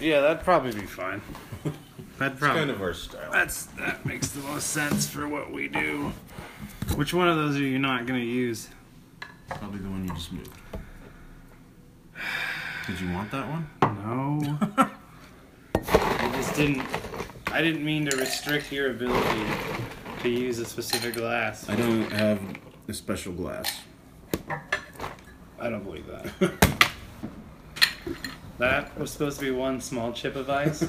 Yeah, that'd probably be fine. That'd It's probably kind of our style. that's that makes the most sense for what we do. Which one of those are you not gonna use? Probably the one you just moved. Did you want that one? No. I just didn't. I didn't mean to restrict your ability to use a specific glass. I don't have a special glass. I don't believe that. that was supposed to be one small chip of ice,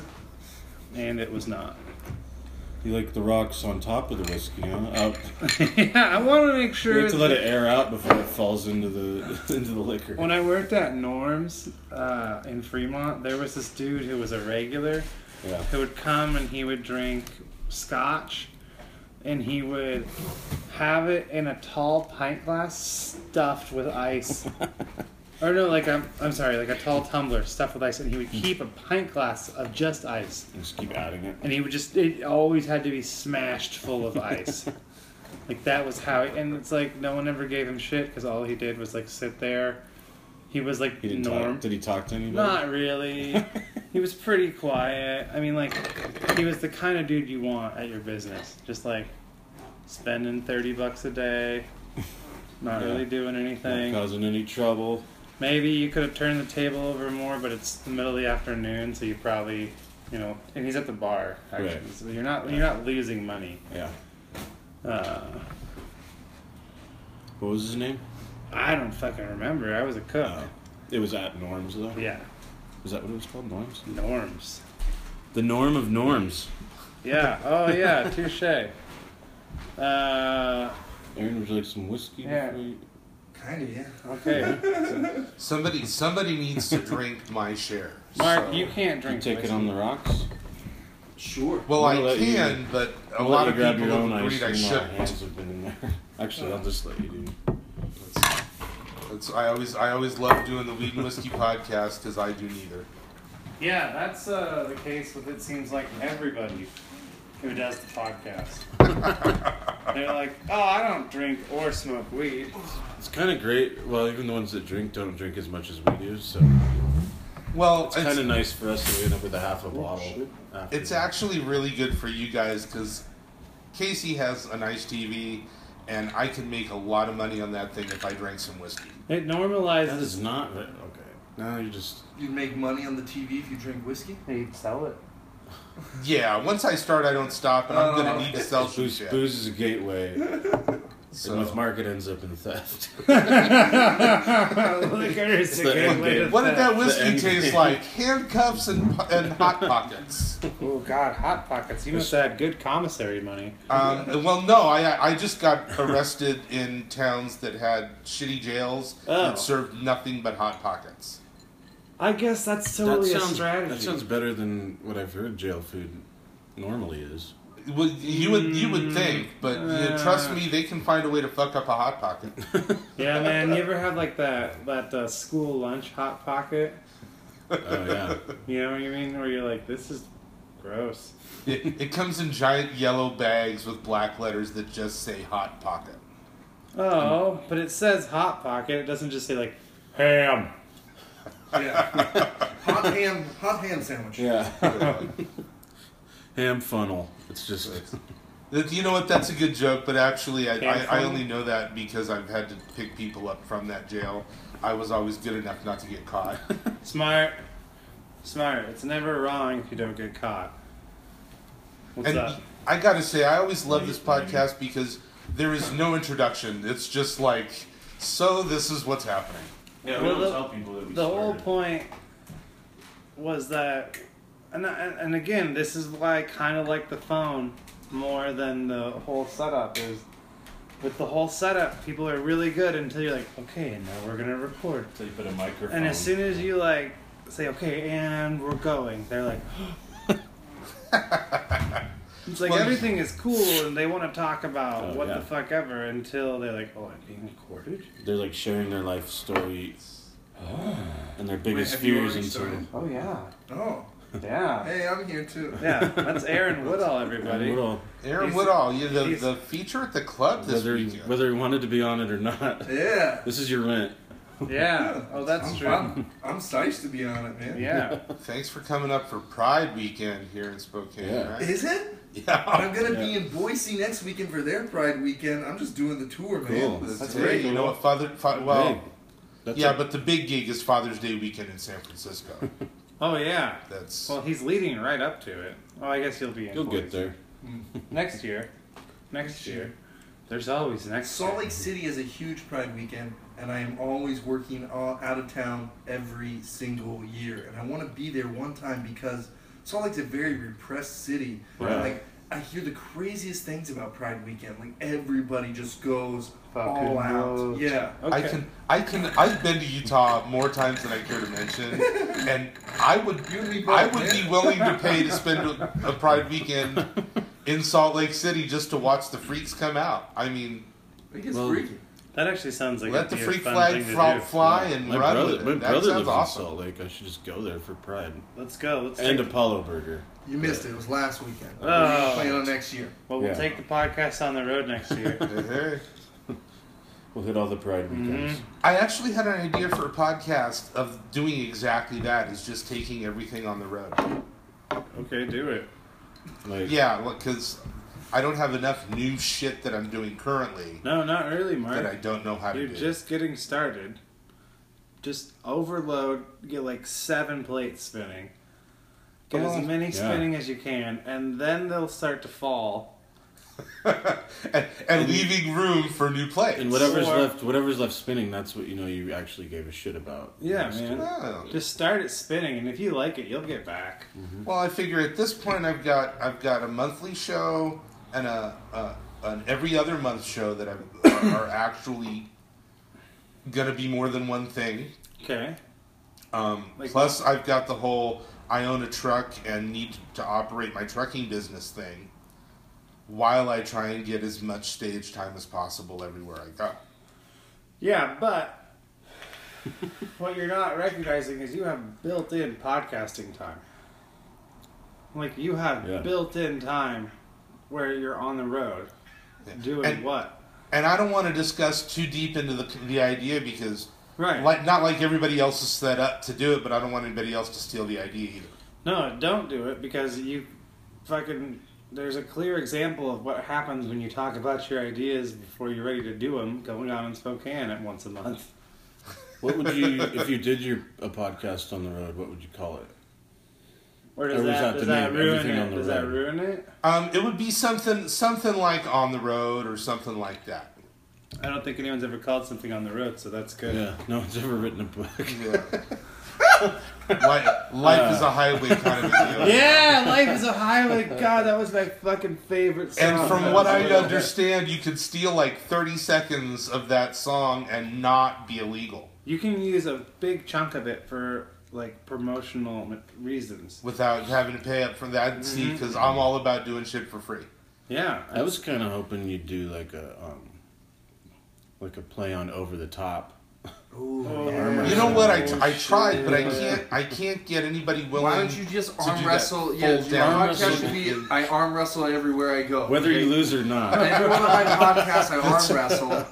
and it was not. You like the rocks on top of the whiskey, huh? Out. yeah, I want to make You sure. have to let it air out before it falls into the into the liquor. When I worked at Norm's uh, in Fremont, there was this dude who was a regular Yeah. who would come and he would drink scotch and he would have it in a tall pint glass stuffed with ice. or no, like I'm, I'm sorry, like a tall tumbler stuffed with ice and he would keep a pint glass of just ice. Just keep adding it. And he would just, it always had to be smashed full of ice. like that was how, and it's like no one ever gave him shit because all he did was like sit there. He was like He didn't Norm. talk. Did he talk to anybody? Not really. he was pretty quiet. I mean, like, he was the kind of dude you want at your business. Just like spending 30 bucks a day, not Yeah. really doing Not anything. causing any trouble. Maybe you could have turned the table over more, but it's the middle of the afternoon, so you probably. You know, and he's at the bar. Actually, Right. so you're not you're not losing money. Yeah. Uh, What was his name? I don't fucking remember. I was a cook. Uh, it was at Norm's though. Yeah, Is that what it was called? Norm's. norms. The norm of norms. Yeah. Oh yeah. Touche. Uh, Aaron, would you like some whiskey? Yeah. before you- Kind of, yeah. okay. Somebody, somebody needs to drink my share. Mark, so- you can't You drink. take it whiskey. on the rocks. Sure. Well, We'll I let you- can, but a I'll let lot you of grab people your own have agreed I ice. and My shouldn't. hands have been in there. Actually, I'll just let you do. That's- that's- I always, I always love doing the Weed and Whiskey podcast because I do neither. Yeah, that's uh, the case with it seems like everybody who does the podcast. They're like, oh, I don't drink or smoke weed. It's kind of great. Well, even the ones that drink don't drink as much as we do, so Well, it's kind of nice for us to end up with a Oh, half a bottle. after It's that. actually really good for you guys because Casey has a nice TV, and I can make a lot of money on that thing if I drank some whiskey. It that normalizes. is not okay. Now you just You make money on the TV if you drink whiskey? They'd sell it. Yeah, once I start, I don't stop, and I'm gonna Uh, Oh. need to sell some booze, shit. booze is a gateway, and with So. Mark it ends up in theft. Liquor is a the good end way to game. What did that think. The whiskey end- taste like? Handcuffs and po- and hot pockets. Oh God, hot pockets. You must have had good commissary money. Um, well, no, I I just got arrested in towns that had shitty jails Oh. that served nothing but hot pockets. I guess that's That totally a sounds strategy. that sounds better than what I've heard jail food normally is. Well, you would you would think, but uh, trust Uh. me, they can find a way to fuck up a hot pocket. yeah, man. You ever had like that that uh, school lunch hot pocket? Oh yeah, You know what I mean? Where you're like, this is gross. It, it comes in giant yellow bags with black letters that just say Hot Pocket. Oh, but it says Hot Pocket. It doesn't just say like ham. Yeah. hot ham, hot ham sandwich. yeah. That- Ham funnel. It's just you know what? That's a good joke, but actually, I, Ham I, I funnel? only know that because I've had to pick people up from that jail. I was always good enough not to get caught. Smart. Smart. It's never wrong if you don't get caught. What's and up? I gotta say, I always love this Right, right. podcast because there is no introduction. It's just like, so this is what's happening. yeah. we Well, don't the- tell people that we The whole point was that, and, and and again, this is why I kind of like the phone more than the whole setup is. With the whole setup, people are really good until you're like, okay, and now we're gonna record. So you put a microphone. And as soon as you like say, okay, and we're going, they're like, it's like Well, everything is cool and they want to talk about Oh, what yeah. the fuck ever until they're like, oh, I'm being recorded. they're like sharing their life story and their biggest have you fears already and started? Oh yeah, Oh, yeah, hey, I'm here too. yeah. That's Aaron Woodall, everybody. Little, Aaron He's- Woodall, you the, he's- the feature at the club this whether he, weekend. whether he wanted to be on it or not. Yeah. This is your rent. Yeah. Oh, that's I'm, true. I'm, I'm psyched to be on it, man. Yeah. Thanks for coming up for Pride Weekend here in Spokane. Yeah. Right? Is it? Yeah. Oh, I'm gonna be in Boise next weekend for their Pride weekend. I'm just doing the tour, Cool. man. That's That's Hey, great. You know what? Father. Fa- Uh, well. Hey, that's Yeah, a- but the big gig is Father's Day weekend in San Francisco. Oh yeah. That's Well, he's leading right up to it. Oh, I guess he'll be in. you'll get Boise. there. next year. Next year. There's always next. Salt year. Lake City is a huge Pride weekend, and I am always working all out of town every single year. And I want to be there one time because Salt Lake's a very repressed city. And, Right. like I hear the craziest things about Pride weekend. Like everybody just goes Fucking all out. goes. Yeah. Okay. I can I can I've been to Utah more times than I care to mention, and I would You and me both, I would man. be willing to pay to spend a, a Pride weekend in Salt Lake City just to watch the freaks come out. I mean, It gets Well, freaky. That actually sounds like let it'd the be a freak fun flag thing to fly, do. fly and My run brother, with it. my that brother sounds lives awesome. in Salt Lake. I should just go there for Pride. Let's go. Let's And take, Apollo Burger. You missed it. It was last weekend. Oh. We're playing on next year. well, we'll Yeah. take the podcast on the road next year. Hey, hey. We'll hit all the Pride Mm-hmm. weekends. I actually had an idea for a podcast of doing exactly that. Is just taking everything on the road. okay, do it. Like, Yeah, because I don't have enough new shit that I'm doing currently No, not really, that I Mark. don't know how to You're do. just getting started. Just overload. Get like seven plates spinning. Get Oh, as many yeah. spinning as you can, and then they'll start to fall. and, and leaving room for new plays. And whatever's Or- left, whatever's left spinning, that's what you know you actually gave a shit about. Yeah, Just- man. Oh. Just start it spinning, and if you like it, you'll get back. Well, I figure at this point I've got I've got a monthly show and a, a an every other month show that I'm, are actually gonna be more than one thing. Okay. Um, Like- plus, I've got the whole I own a truck and need to operate my trucking business thing. While I try and get as much stage time as possible everywhere I go. Yeah, but what you're not recognizing is you have built-in podcasting time. Like you have Yeah. built-in time where you're on the road doing And- what? And I don't want to discuss too deep into the, the idea because Right. Like, not like everybody else is set up to do it, but I don't want anybody else to steal the idea either. No, don't do it because you fucking. There's a clear example of what happens when you talk about your ideas before you're ready to do them. Going on in Spokane at once a month. What would you if you did your a podcast on the road? What would you call it? Or does Or was that, that does the that name, ruin everything it? on the Does that road? ruin it? Um, it would be something, something like on the road or something like that. I don't think anyone's ever called something on the road, so that's good. Yeah, no one's ever written a book. Yeah. Li- life is a highway kind of a deal. Yeah, life is a highway. God, that was my fucking favorite song. And from That what was I really good. understand, you could steal like 30 seconds of that song and not be illegal you can use a big chunk of it for like promotional m- reasons. without having to pay up for that. See, because I'm all about doing shit for free. Yeah, I was kind of hoping you'd do like a um, like a play on over the top. Ooh. Oh, yeah. man. You know what? I, Oh, I tried, but I shit. can't. I can't get anybody willing. Why don't you just do arm that wrestle? full Yeah, your down podcast wrestle. should be I arm wrestle everywhere I go. Whether you lose or not, Every one of my podcasts, I arm wrestle.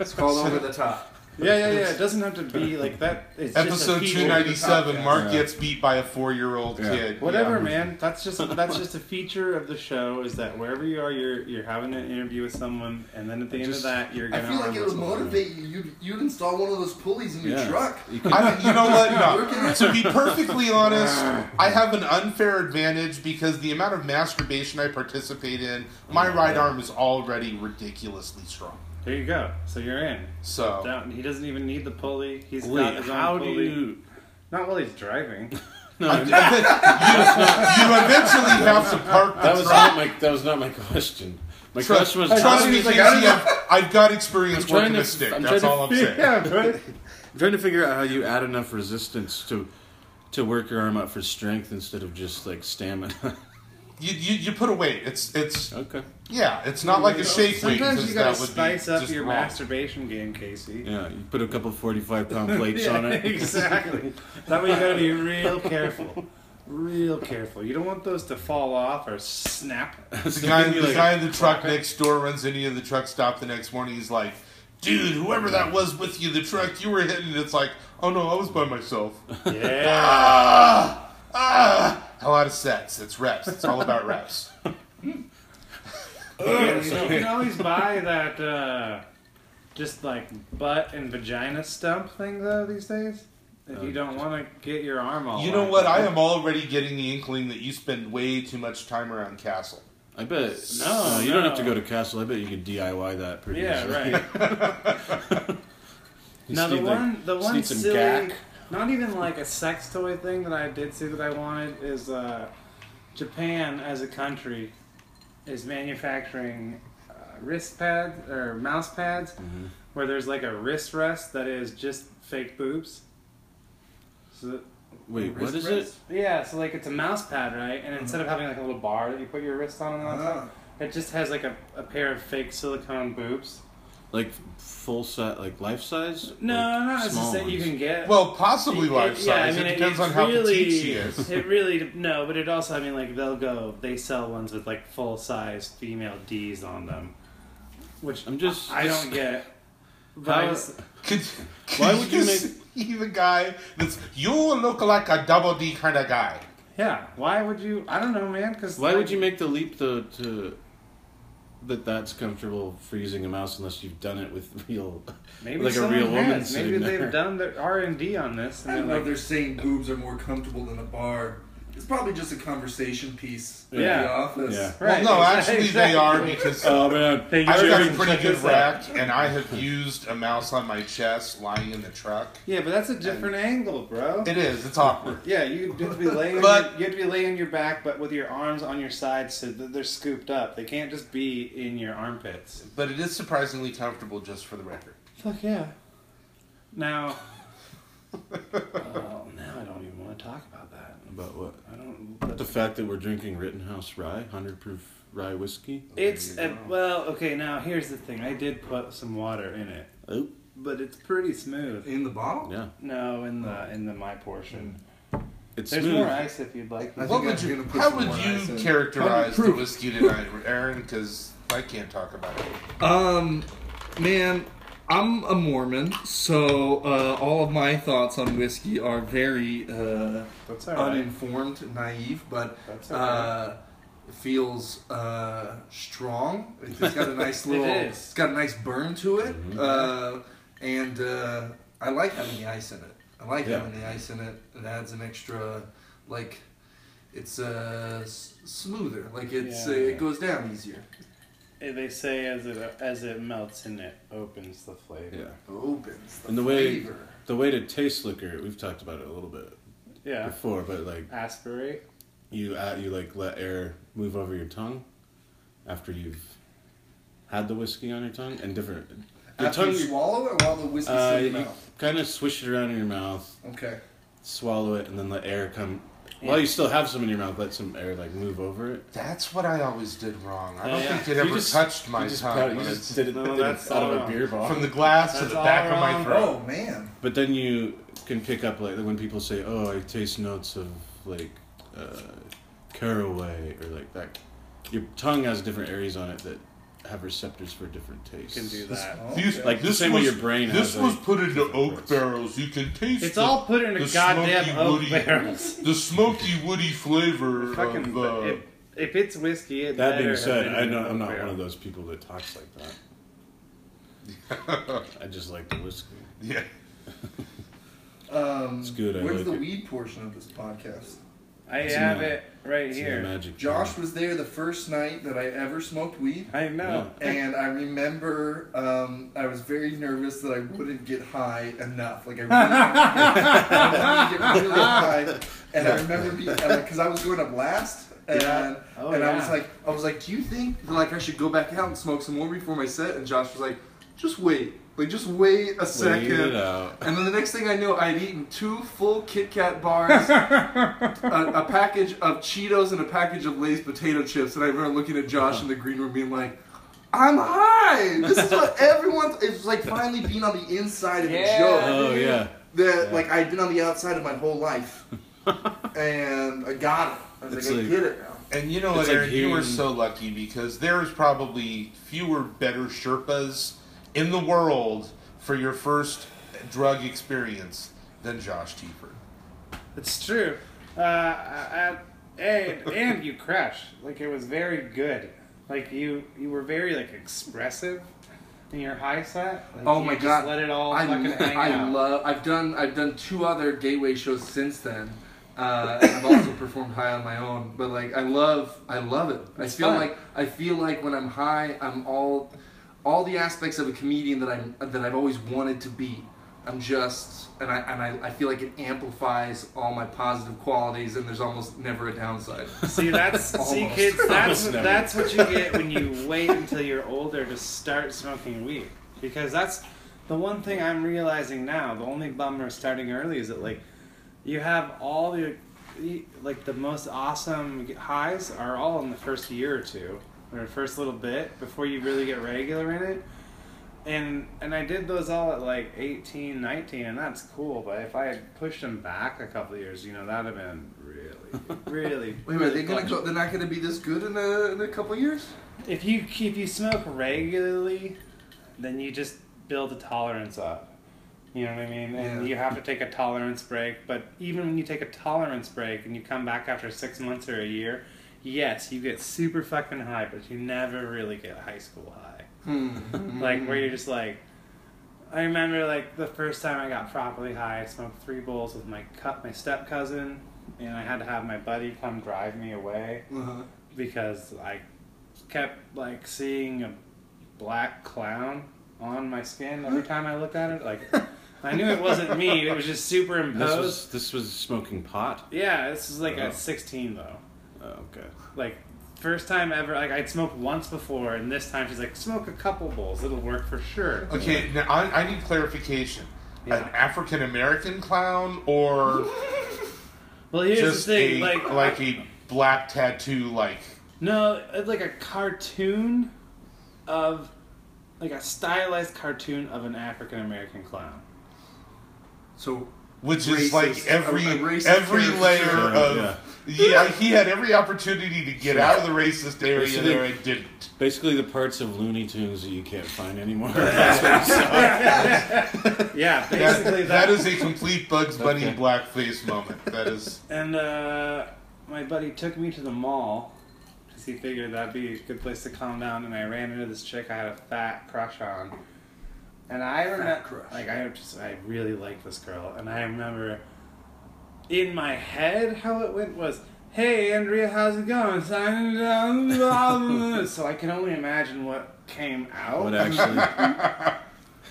It's called Over the Top. yeah, yeah, yeah. It doesn't have to be like that. It's Episode just a two feature. ninety seven. podcast. Mark Yeah. gets beat by a four year old Yeah. kid. Whatever, Yeah. man. That's just that's just a feature of the show. Is that wherever you are, you're you're having an interview with someone, and then at the end Just- of that, you're I gonna. feel like arm it would wrestle. motivate you. You'd, you'd install one of those pulleys in your Yeah. truck. You could- I don't- you know what? Working No. it. To be perfectly honest, I have an unfair advantage because the amount of masturbation I participate in, my right arm is already ridiculously strong. There you go. So you're in. So Down. He doesn't even need the pulley. He's got wait, his own how do pulley. you? Not while he's driving. No, I- I bet you, you eventually have to park that the was truck. not my that was not my question. My Trust, question was trust how do me, you- Casey, I've, I've got experience I'm trying working to- a stick. I'm That's trying to all I'm saying. but I'm trying to figure out how you add enough resistance to to work your arm up for strength instead of just like stamina. You, you, you put a weight. It's it's okay. yeah. It's not like a shake weight. sometimes 'cause you gotta that would be spice up just your wrong. masturbation game, Casey. Yeah, you put a couple 45 pound plates Yeah, on it. exactly. that way you gotta be real careful. Real careful. You don't want those to fall off or snap. It's The guy, gonna be the like- guy in the truck next door runs into you in the truck stop the next morning. He's like, dude, whoever that was with you, the truck you were hitting, it's like, oh no, I was by myself. Yeah. ah, ah, a lot of sets. It's reps. It's all about reps. Oh, you can always buy that, uh, just like butt and vagina stump thing though these days. If you don't want to get your arm all. Uh, You know whacked what? up. I am already getting the inkling that you spend way too much time around Castle. I bet. No, you don't have to go to Castle. I bet you can DIY that pretty Yeah, easily. right. You now just the need, like, one, the just one need some silly, gack. not even like a sex toy thing that I did see that I wanted is uh, Japan as a country is manufacturing uh, wrist pads or mouse pads Mm-hmm. where there's like a wrist rest that is just fake boobs. So that- Wait, what Wrist is rest? it? yeah, so like it's a mouse pad, right? And instead of Mm-hmm. having like a little bar that you put your wrist on and all that Ah. Uh-huh. stuff, it just has like a, a pair of fake silicone boobs. Like full size, like life size? No, like, not small just that you ones? can get. Well, possibly life It- size. yeah, I mean, it depends on it's how really, petite she is. It really no, but it also I mean like they'll go they sell ones with like full size female D's on them, which I'm just. I don't get. But I How- was, Could, Why would you make- see the guy that's you look like a double D kind of guy? yeah, why would you? I don't know, man. Because Why would you make the leap though to that that's comfortable for using a mouse unless you've done it with real, maybe like a someone real woman has. Maybe sitting there? they've done their R and D on this. I And they're don't know like, if they're saying boobs are more comfortable than a bar. It's probably just a conversation piece in Yeah. the office. Yeah. Right, well, no, exa- actually exactly. they are because Oh man, They I've got a Jerry, check pretty good this out. rack, and I have used a mouse on my chest lying in the truck. Yeah, but that's a different angle, bro. It is. It's awkward. Yeah, you have to be laying. But- you have to be laying your back, but with your arms on your side, so that they're scooped up. They can't just be in your armpits. But it is surprisingly comfortable, just for the record. Fuck yeah. Now, oh, now I don't even want to talk about that. About what? I don't. The fact that we're drinking Rittenhouse rye, hundred proof rye whiskey. It's a, well, okay. Now here's the thing. I did put some water in it, Oh, but it's pretty smooth. In the bottle? yeah. No, in the in the my portion. It's There's smooth. more ice if you'd like. I What think would I'm you? gonna put How some would more ice you in. characterize the Proof. whiskey tonight, Aaron? Because I can't talk about it. Um, man, I'm a Mormon, so uh, all of my thoughts on whiskey are very uh, That's all right. uninformed, naive, but That's okay. uh, feels uh, strong. It's got a nice It little, is. has got a nice burn to it, Mm-hmm. uh, and uh, I like having the ice in it. I like Yeah. having the ice in it. It adds an extra, like, it's uh, s- smoother. Like it's Yeah. uh, it goes down easier. Eh, They say as it as it melts and it opens the flavor. Yeah. Opens the, And the way- flavor. The way to taste liquor, we've talked about it a little bit Yeah. before, but like Aspirate. you, uh, you like let air move over your tongue after you've had the whiskey on your tongue, and different. Your After tongue, you swallow it, while the whiskey's uh, in you your mouth. kind of swish it around in your mouth, Okay. swallow it, and then let air come. Yeah. While you still have some in your mouth, let some air like move over it. That's what I always did wrong. I Oh, don't yeah. think it You ever just- touched my you just, tongue. proud- you when just it's- did it No, in- that's out all of a uh, wrong. beer bottle. from the glass to That's the all back of my wrong. throat. Oh man. But then you can pick up like when people say, "Oh, I taste notes of like uh, caraway or like that." Your tongue has different areas on it that have receptors for different tastes. Can do that. Oh, These- okay. Like the this same way was- your brain This has. was like, put into different oak parts. barrels. You can taste It's the, all put in a the goddamn smoky oak woody- barrels. the smoky woody flavor Fucking, of. Uh, if, if it's whiskey, it That better being have said, been I in know, an I'm oak not barrel. one of those people that talks like that. I just like the whiskey. yeah. um, good, I Where's like the it. weed portion of this podcast? I It's have in the- it right It's in the here. magic. Josh was there the first night that I ever smoked weed, I know. and I remember um, I was very nervous that I wouldn't get high enough. Like I really, I wanted to get really high, and I remember because I was going up last. And, Yeah. Oh, and I yeah. was like, I was like, do you think like I should go back out and smoke some more before my set? And Josh was like, just wait, like just wait a Wait uh, second. it out. And then the next thing I knew, I'd eaten two full Kit Kat bars, a, a package of Cheetos, and a package of Lay's potato chips. And I remember looking at Josh in the green room, being like, "I'm high. This is what everyone." It was like finally being on the inside of Yeah. a joke Oh yeah. that Yeah. like I'd been on the outside of my whole life, and I got it. I was It's like, like- "I get it now." And you know It's what, like Aaron? You were hearing- so lucky because there's probably fewer better Sherpas in the world for your first drug experience than Josh Tiefer. It's true. Uh, I, I- and, and you crush. Like it was very good. Like you, you were very like expressive in your high set. Like, Oh you my just god! Let it all I, fucking hang I out. love. I've done. I've done two other gateway shows since then. Uh, and I've also performed high on my own, but like I love, I love it. I It's feel fun. like I feel like when I'm high, I'm all, all the aspects of a comedian that I'm that I've always wanted to be. I'm just, and I and I, I feel like it amplifies all my positive qualities, and there's almost never a downside. See that's see Almost. kids. That's Almost never. that's what you get when you wait until you're older to start smoking weed. Because that's the one thing I'm realizing now. The only bummer of starting early is that like you have all the like the most awesome highs are all in the first year or two or first little bit before you really get regular in it. And and I did those all at like 18, 19, and that's cool. But if I had pushed them back a couple of years, you know, that'd have been really, really. Wait, wait, are they really gonna fun. go? They're not gonna be this good in a in a couple years? If you if you smoke regularly, then you just build a tolerance up. You know what I mean? And Yeah. you have to take a tolerance break. But even when you take a tolerance break and you come back after six months or a year, yes, you get super fucking high, but you never really get high school high. Hmm. Like where you're just like. I remember like the first time I got properly high, I smoked three bowls with my cut my step cousin, and I had to have my buddy come drive me away Uh-huh. because I kept like seeing a black clown on my skin every time I looked at it. Like I knew it wasn't me; it was just This superimposed. was this was smoking pot. Yeah, this was like Oh. at 16 though. Oh, okay. Like first time ever. Like I'd smoked once before, and this time she's like, "Smoke a couple bowls; it'll work for sure." Okay, now I, I need clarification. Yeah. An African American clown or Well, here's just the thing: a like, like, a black tattoo like no, it's like a cartoon of like a stylized cartoon of an African American clown. So which Racist. is like every A- a racist every caricature. layer Yeah, of yeah. yeah. he had every opportunity to get out of the racist area Basically- there and didn't. Basically, the parts of Looney Tunes that you can't find anymore. That's what I'm saying. Yeah, That- basically that is a complete Bugs Bunny Okay. blackface moment. That is And uh, my buddy took me to the mall because he figured that'd be a good place to calm down. And I ran into this chick I had a fat crush on. And I remember, crush. like, I just, I really liked this girl. And I remember in my head how it went was, "Hey, Andrea, how's it going?" Signing down, blah, blah, blah." so I can only imagine what came out. What actually?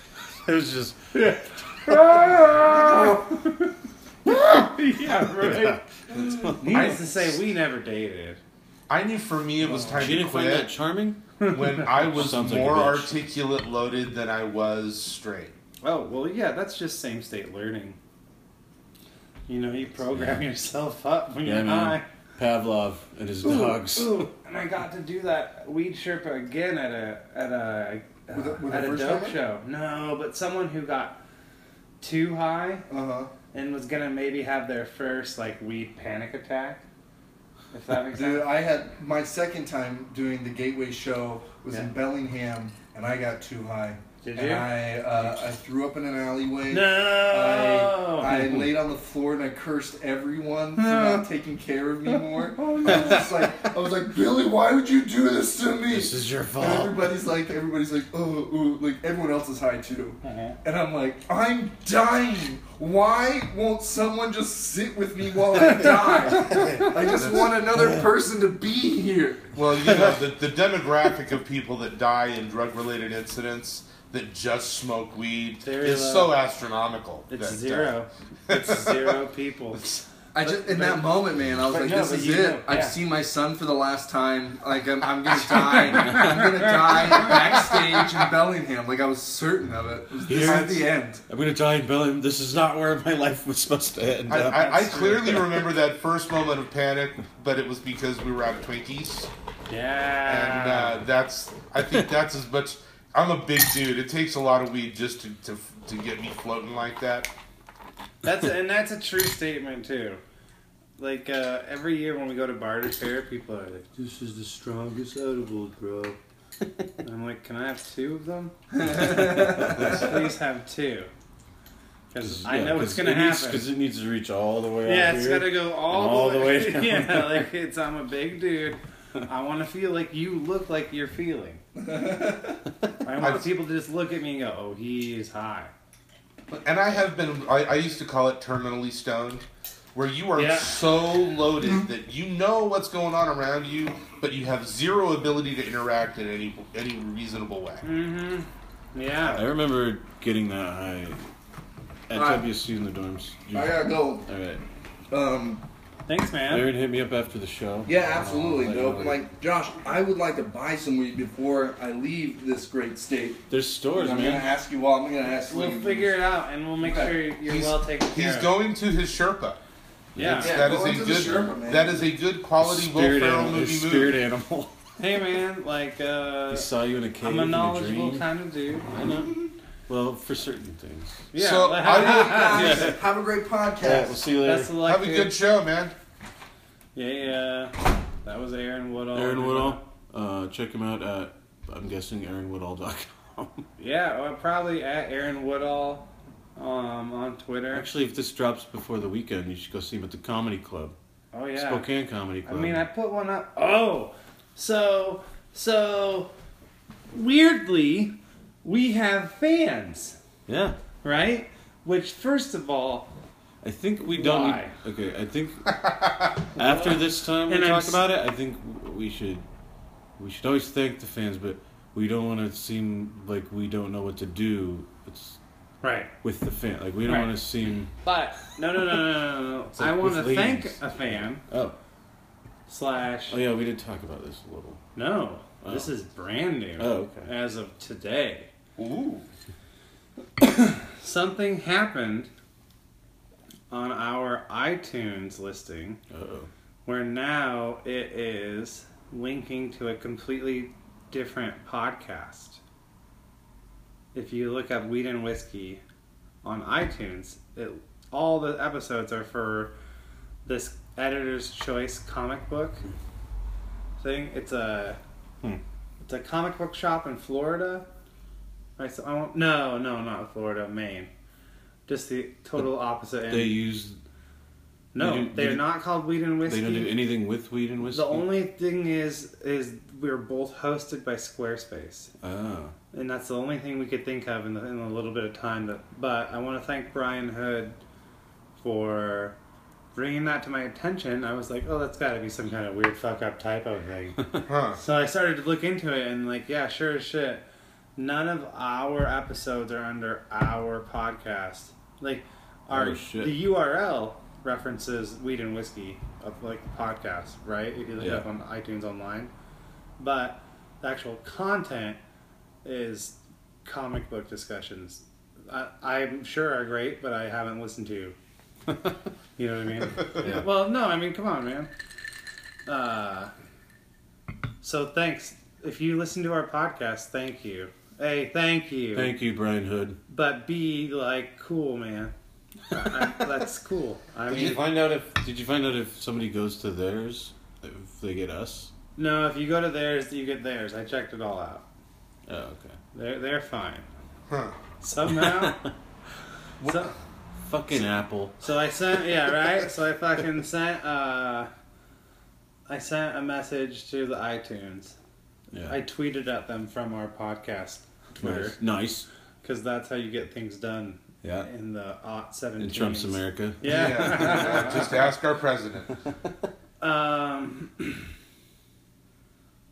It was just yeah, right. Needless I- to say, we never dated. I knew for me it was time She to didn't find that quit charming? when I was Sounds like a more bitch. articulate loaded than I was straight. Oh well, yeah, that's just same state learning. You know, you program yourself up when Yeah, you're man. high. Pavlov and his dogs. Ooh, and I got to do that weed sherpa again at a at a uh, With a- with a at a first dope time? show. No, but someone who got too high uh huh. and was gonna maybe have their first like weed panic attack. If that makes Dude, sense. I had my second time doing the Gateway show was in Yeah. Bellingham, and I got too high. Did and you? I uh, I threw up in an alleyway. No. I, I laid on the floor and I cursed everyone for not taking care of me more. I was just like, I was like, Billy, why would you do this to me? This is your and fault. everybody's like, everybody's like, oh, ooh, like everyone else is high too. Uh-huh. And I'm like, I'm dying. Why won't someone just sit with me while I die? I just want another person to be here. Well, you know, the, the demographic of people that die in drug related incidents that just smoke weed Very is low. so astronomical. It's that, uh, zero. It's zero people. I just in that moment, man, I was but like, no, "This but is you it. know, yeah. I've seen my son for the last time. Like, I'm, I'm gonna die. I'm gonna die backstage in Bellingham. Like, I was certain of it. This Yeah. is the end. I'm gonna die in Bellingham. This is not where my life was supposed to end I, up. I, I clearly remember that first moment of panic, but it was because we were out of Twinkies, and Yeah. uh, that's I think that's as much. I'm a big dude. It takes a lot of weed just to to, to get me floating like that. That's and that's a true statement too. Like uh, every year when we go to barter fair, people are like, this is the strongest edible, bro. And I'm like, can I have two of them? Please have two. Because I know what's going to happen. Because it needs to reach all the way yeah, out it's here. gotta go all, all the the way. way down. yeah, like it's. I'm a big dude. I want to feel like you look like you're feeling. I want I've- people to just look at me and go, "Oh, he is high." And I have been, I, I used to call it terminally stoned, where you are Yeah. so loaded that you know what's going on around you, but you have zero ability to interact in any any reasonable way. I Mm-hmm. Yeah, remember getting that high at All right. WC in the dorms. You- I gotta go. All right. Um, thanks, man. Aaron hit me up after the show. Oh, yeah, Oh, I'll absolutely, let you dope. know. Like, Josh, I would like to buy some weed before I leave this great state. There's stores, I'm gonna man. ask you all. I'm gonna ask. We'll you. figure it out, and we'll make Okay. sure you're He's- well taken care He's of. going to his Sherpa. yeah. Yeah, That go is into a the good. Sherpa, man. that is a good quality Spirit Will Ferrell animal. movie Spirit movie. animal. Hey, man. Like, uh, He saw you in a cave. I'm a in a knowledgeable dream. kind of dude. I know. Well, for certain things. Yeah. So, like, I will- Guys, Have a great Alright, podcast. we'll see you later. that's the luck, Have a dude. good show, man. Yeah, yeah. That was Aaron Woodall. Aaron Woodall. Uh, check him out at, I'm guessing, aaronwoodall.com. Yeah, well, probably at Aaron Woodall um, on Twitter. Actually, if this drops before the weekend, you should go see him at the Comedy Club. oh yeah. Spokane Comedy I Club. mean, I put one up. Oh, so so weirdly, we have fans, Yeah. right? Which, first of all, I think we don't. Why? okay, I think after this time we And I'm talk s- about it, I think we should we should always thank the fans, but we don't want to seem like we don't know what to do. It's right. with the fan, like we don't Right. want to seem. But no, no, no, no, no, no. no. like I want to with ladies. thank a fan Oh, slash. oh yeah, we did talk about this a little. No, this is brand new. Oh, okay. As of today. Ooh. something happened on our iTunes listing Uh-oh. where now it is linking to a completely different podcast. If you look up Weed and Whiskey on iTunes, it, all the episodes are for this editor's choice comic book thing. It's a Hmm. it's a comic book shop in Florida. Right, so I won't, no, no, not Florida, Maine. Just the total opposite end. They use. no, they do- they're they do- not called Weed and Whiskey. They don't do anything with weed and whiskey. The only thing is, is we were both hosted by Squarespace, Oh. and that's the only thing we could think of in the, in the little bit of time. That, but I want to thank Brian Hood for bringing that to my attention. I was like, oh, that's got to be some kind of weird fuck up typo thing. Huh. so I started to look into it, and like, yeah, sure as shit, none of our episodes are under our podcast. Like, our Oh, shit. the URL references weed and whiskey of like the podcast, right? If you look Yeah. up on iTunes online, but the actual content is comic book discussions. I, I'm sure are great, but I haven't listened to. You know what I mean? Yeah. Well, no, I mean, come on, man. Uh, so thanks. If you listen to our podcast, thank you. A, thank you. Thank you, Brian Hood. But B, like, cool, man. I- I- that's cool. I Did you mean, find out if? Did you find out if somebody goes to theirs? If they get us? no, if you go to theirs, you get theirs. I checked it all out. Oh, okay. They're they're fine Huh. somehow. so, Fucking Apple. so I sent yeah right. So I fucking sent uh, I sent a message to the iTunes. Yeah. I tweeted at them from our podcast Twitter Nice. nice. because that's how you get things done Yeah. in the aught In seventeen. Trump's America. Yeah. Yeah. Just ask our president. um,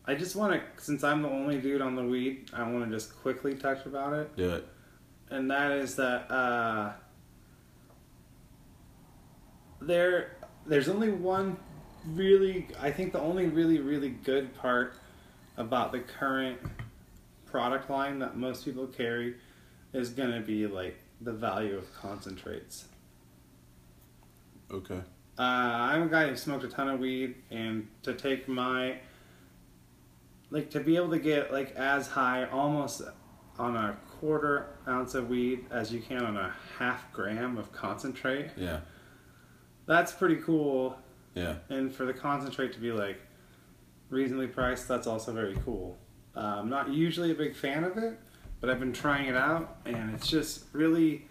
I just want to, since I'm the only dude on the weed, I want to just quickly touch about it, Do it. and that is that uh, there, there's only one really, I think the only really really good part about the current product line that most people carry is gonna be like the value of concentrates. Okay. Uh, I'm a guy who smoked a ton of weed, and to take my like to be able to get like as high almost on a quarter ounce of weed as you can on a half gram of concentrate. Yeah. That's pretty cool, Yeah. and for the concentrate to be like reasonably priced, that's also very cool. Uh, I'm not usually a big fan of it, but I've been trying it out, and it's just really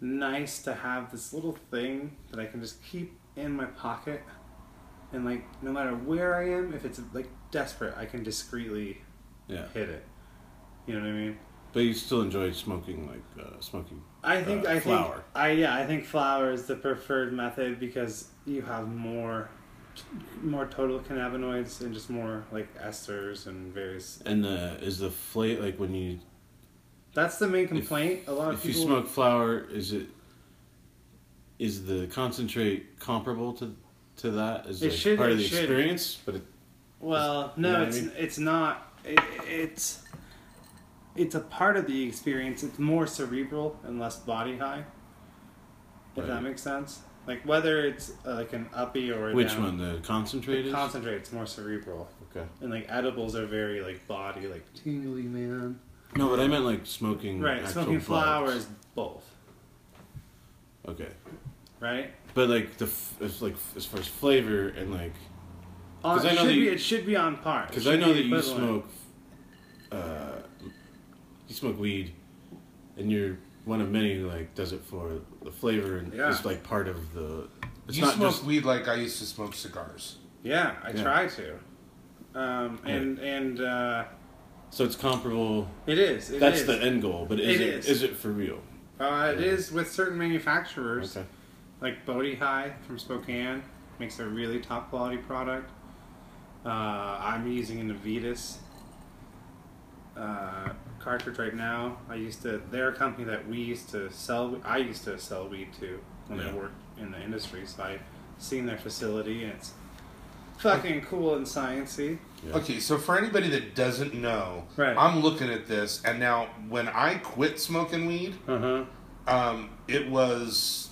nice to have this little thing that I can just keep in my pocket, and like no matter where I am, if it's like desperate, I can discreetly Yeah, hit it. You know what I mean? but you still enjoy smoking like uh, smoking. I think Uh, I flour. think I yeah I think flour is the preferred method because you have more more total cannabinoids and just more like esters and various. And uh, is the flake like when you That's the main complaint. a lot of if you people smoke flour, is it is the concentrate comparable to to that? Is It like should- part of it the should. experience? But it, Well, no, know what I it's mean? it's not. It, it's it's a part of the experience. It's more cerebral and less body high. If Right. that makes sense. Like whether it's uh, like an uppy or a which down, one? The concentrate The is? concentrate's more cerebral, okay. and like edibles are very like body, like tingly, man. No, but I meant like smoking. Right, actual smoking flower buds. is both, Okay, right? but like the f- it's like as far as flavor and like On, 'Cause I Uh, it, know should that be, you- it should be on par. It because should I know be that you equivalent. smoke, uh, you smoke weed, and you're one of many who like does it for the flavor and Yeah. it's like part of the. It's you not smoke just weed like I used to smoke cigars. Yeah, I Yeah. try to. Um, and and uh, so it's comparable. it is. it That's is. the end goal, but It is it, is. is it for real? Uh, it is with certain manufacturers, Okay. like Bodhi High from Spokane makes a really top quality product. Uh, I'm using an Avitas uh, cartridge right now. I used to. They're a company that we used to sell. I used to sell weed to when Yeah. I worked in the industry. So I seen their facility and it's fucking cool and sciency. Yeah. Okay, so for anybody that doesn't know, Right. I'm looking at this, and now when I quit smoking weed, Uh huh. um, it was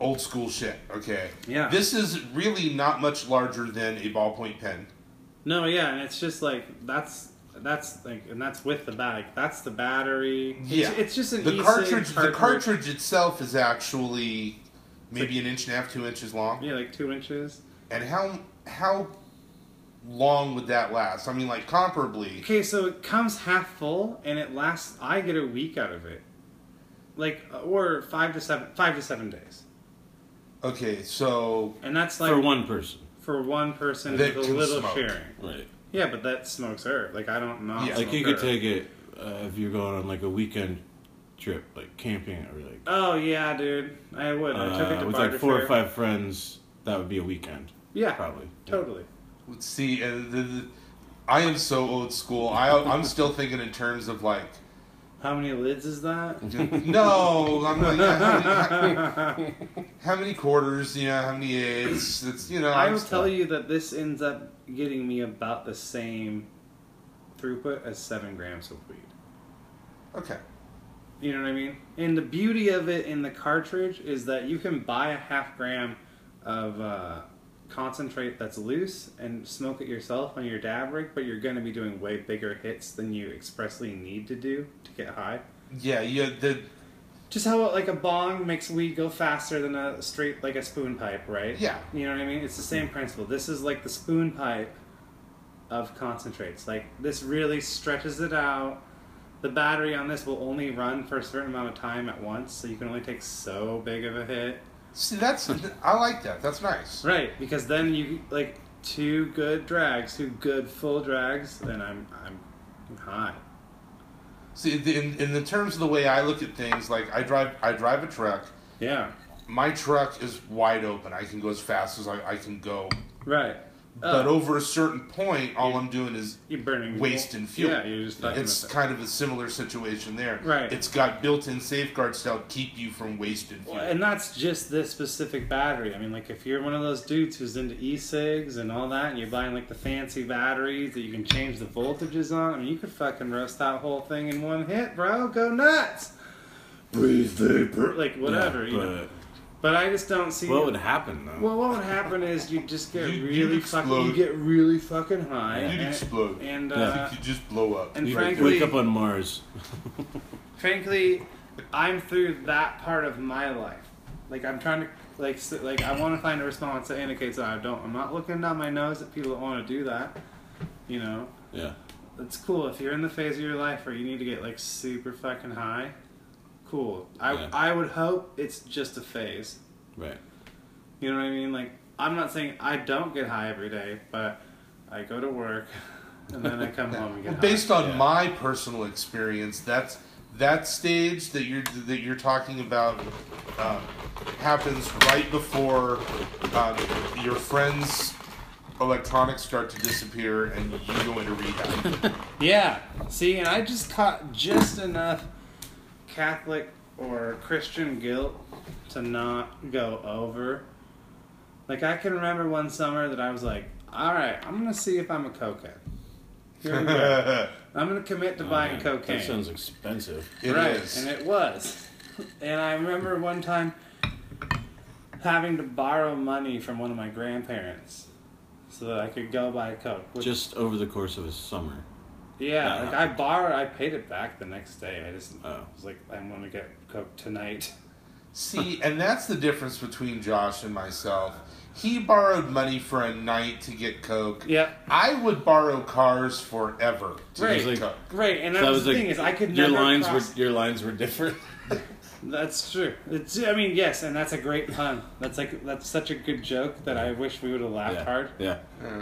old school shit. Okay, Yeah. this is really not much larger than a ballpoint pen. No, yeah, and it's just like that's that's like and that's with the bag. That's the battery. It's- Yeah. it's, just an The e-cig cartridge, the cartridge itself is actually maybe an inch and a half, two inches long. Yeah, like two inches. And how how long would that last? I mean, like comparably. Okay, so it comes half full and it lasts. I get a week out of it, like uh, or five to seven, five to seven days, Okay, so and that's like For one person, for one person That with a can little smoke. sharing. right? Yeah, but that smokes herb. Like I don't know. Yeah. Like you could take it uh, if you're going on like a weekend trip, like camping or like Oh yeah, dude, I would. I took it uh, to with Barter like four or Fair. five friends. That would be a weekend, Yeah, probably. Yeah. totally. let's see. Uh, the, the, I am so old school. I I'm still thinking in terms of like. How many lids is that? No, I'm like, how, many, how many quarters? You know, how many eights? It's you know. I I'm will still- tell you that this ends up getting me about the same throughput as seven grams of weed. Okay. You know what I mean? And the beauty of it in the cartridge is that you can buy a half gram of uh, concentrate that's loose and smoke it yourself on your dab rig, but you're going to be doing way bigger hits than you expressly need to do to get high. Yeah. Yeah. The Just how like a bong makes weed go faster than a straight like a spoon pipe, right? Yeah. You know what I mean? It's the same principle. This is like the spoon pipe of concentrates. Like this really stretches it out. The battery on this will only run for a certain amount of time at once, so you can only take so big of a hit. see that's I like that. That's nice. Right, because then you like two good drags, two good full drags, then I'm I'm I'm high. See, the, in in the terms of the way I look at things, like I drive I drive a truck. Yeah. My truck is wide open. I can go as fast as I, I can go. Right. But Oh, over a certain point, all I'm doing is you're burning wasting fuel. Yeah, you're just fucking it's with it. kind of a similar situation there. Right. It's got built-in safeguards to help keep you from wasting fuel. Well, and that's just this specific battery. I mean, like if you're one of those dudes who's into e-cigs and all that, and you're buying like the fancy batteries that you can change the voltages on, I mean, you could fucking roast that whole thing in one hit, bro. Go nuts. Breathe vapor. Like whatever, Yeah, you but know. But I just don't see. what would happen though? well, what would happen is you just get You'd- really you'd fucking, you explode. get really fucking high. You'd and- explode. And Yeah. uh, you just blow up. and you frankly, wake up on Mars. frankly, I'm through that part of my life. Like I'm trying to like s like I want to find a response that indicates that I don't. I'm not looking down my nose at people that want to do that. You know, Yeah. It's cool if you're in the phase of your life where you need to get like super fucking high. Cool. I Yeah. I would hope it's just a phase. Right. You know what I mean? Like I'm not saying I don't get high every day, but I go to work and then I come home and get high. Well, based on Yeah. my personal experience, that's that stage that you're that you're talking about uh, happens right before uh, your friends' electronics start to disappear and you go into rehab. Yeah. See, and I just caught just enough Catholic or Christian guilt to not go over. Like I can remember one summer that I was like, "All right, I'm gonna see if I'm a cokehead. Here we go. I'm gonna commit to buying Oh, Man, cocaine." That sounds expensive. It right, is. and it was. And I remember one time having to borrow money from one of my grandparents so that I could go buy coke. which- Just over the course of a summer. yeah, No, like no. I borrowed, I paid it back the next day. I just Oh. was like, I'm gonna get coke tonight. See, and that's the difference between Josh and myself. He borrowed money for a night to get coke. Yeah, I would borrow cars forever to Right. get Like- coke. great. And that, That was, was the like- thing is, I could your never lines cross- were your lines were different. That's true. It's, I mean, yes, and that's a great pun. That's like that's such a good joke that I wish we would have laughed yeah. hard. Yeah.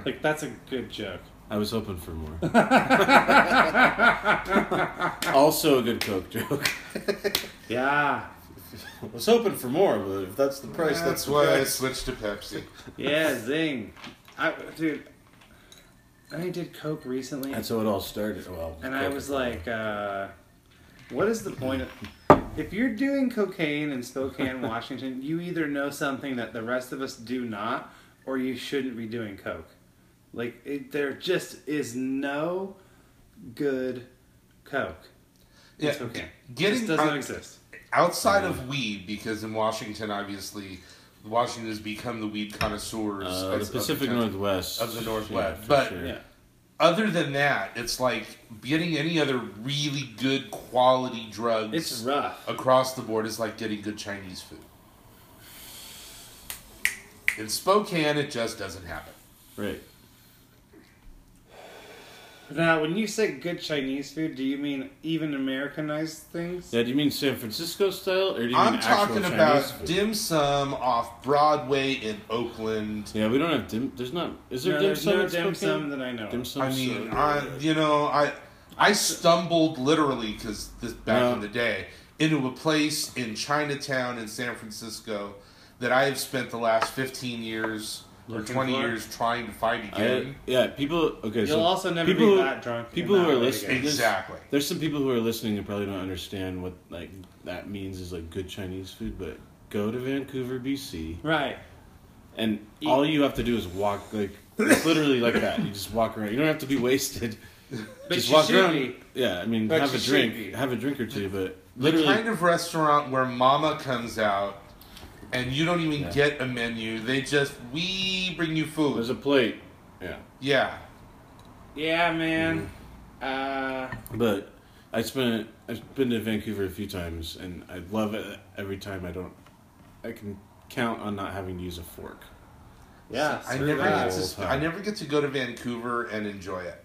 Like that's a good joke. I was hoping for more. also a good Coke joke. Yeah. I was hoping for more, but if that's the price, That's, that's, the why I price. switched to Pepsi. Yeah, zing. I, dude, I did coke recently, That's how it all started. Well, and I was Coca-Cola. like, uh, "What is the point of?" If you're doing cocaine in Spokane, Washington, you either know something that the rest of us do not, or you shouldn't be doing coke. Like, it, there just is no good coke. Yeah, It's okay. Getting This doesn't out- exist. outside of weed, because in Washington, obviously, Washington has become the weed connoisseurs uh, of- the of Pacific country. Northwest of the Northwest, yeah, for but- sure. Yeah. Other than that, it's like getting any other really good quality drugs It's rough. across the board is like getting good Chinese food. In Spokane, it just doesn't happen. right. Now, when you say good Chinese food, do you mean even Americanized things? Yeah, do you mean San Francisco style, or do you I'm mean actual talking Chinese about food? dim sum off Broadway in Oakland. Yeah, we don't have dim. There's not. Is there No, dim there's sum? no in dim sum Spokane? that I know. of. Dim sum. I is mean, so I, good. you know, I I stumbled literally because this back in the day into a place in Chinatown in San Francisco that I have spent the last fifteen years or Looking twenty for. years trying to find I, again. yeah, people. Okay, You'll so also never people be who- that drunk. People and who that are ready to listening, go. Exactly. There's some people who are listening who probably don't understand what like that means is like good Chinese food, but go to Vancouver, BC, Right. and all you have to do is walk like it's literally like that. You just walk around. You don't have to be wasted. But just you walk should around. be. Yeah, I mean, But have you a should drink, be. have a drink or two, but The literally, kind of restaurant where Mama comes out and you don't even Yeah. get a menu. They just we bring you there's food. a plate. Yeah. yeah. Yeah, man. Mm-hmm. Uh, But I spent I've been to Vancouver a few times, and I love it every time. I don't I can count on not having to use a fork. yeah. I screw never that. get Whole to time. I never get to go to Vancouver and enjoy it.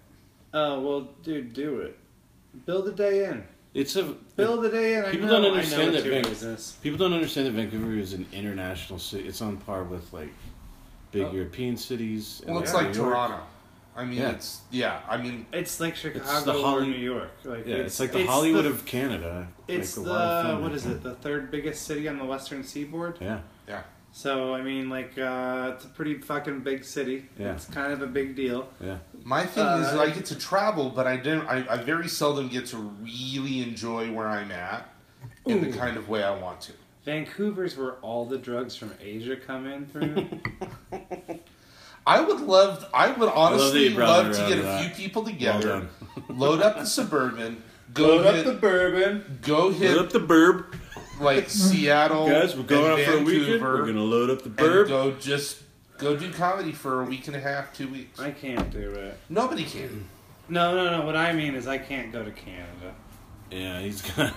Oh well, dude, do it. Build a day in. It's a Build a day in. I People know, don't understand I know it's that your Van- business. people don't understand that Vancouver is an international city. It's on par with like big Oh. European cities. and, Well, it's like New York. Toronto. I mean, Yeah. it's yeah. I mean, It's like Chicago or Holly- New York. Like Yeah, it's, like the Hollywood of Canada. It's like, a lot of the film what is is it? The third biggest city on the western seaboard. Yeah, yeah. So I mean, like, uh, it's a pretty fucking big city. Yeah. It's kind of a big deal. yeah. My thing is, Uh, I get to travel, but I don't. I, I very seldom get to really enjoy where I'm at in the kind of way I want to. Vancouver's where all the drugs from Asia come in through. I would love. I would honestly you brought love it to around get to a that. few people Well together, done. load up the suburban, go Load hit, up the bourbon. go hit Load up the burb, like Seattle, guys. We're going and out for a weekend. Vancouver, We're gonna load up the and burb. go just go do comedy for a week and a half, two weeks. I can't do it. Nobody can. No, no, no. What I mean is I can't go to Canada. Yeah, he's got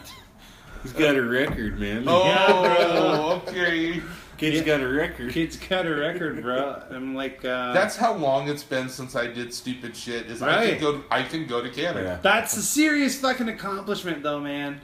he's got a record, man. Oh, okay. Kid's got a record. Kid's got a record, bro. I'm like, uh, That's how long it's been since I did stupid shit. Is I Right. can go. I can go to Canada. that's a serious fucking accomplishment, though, man.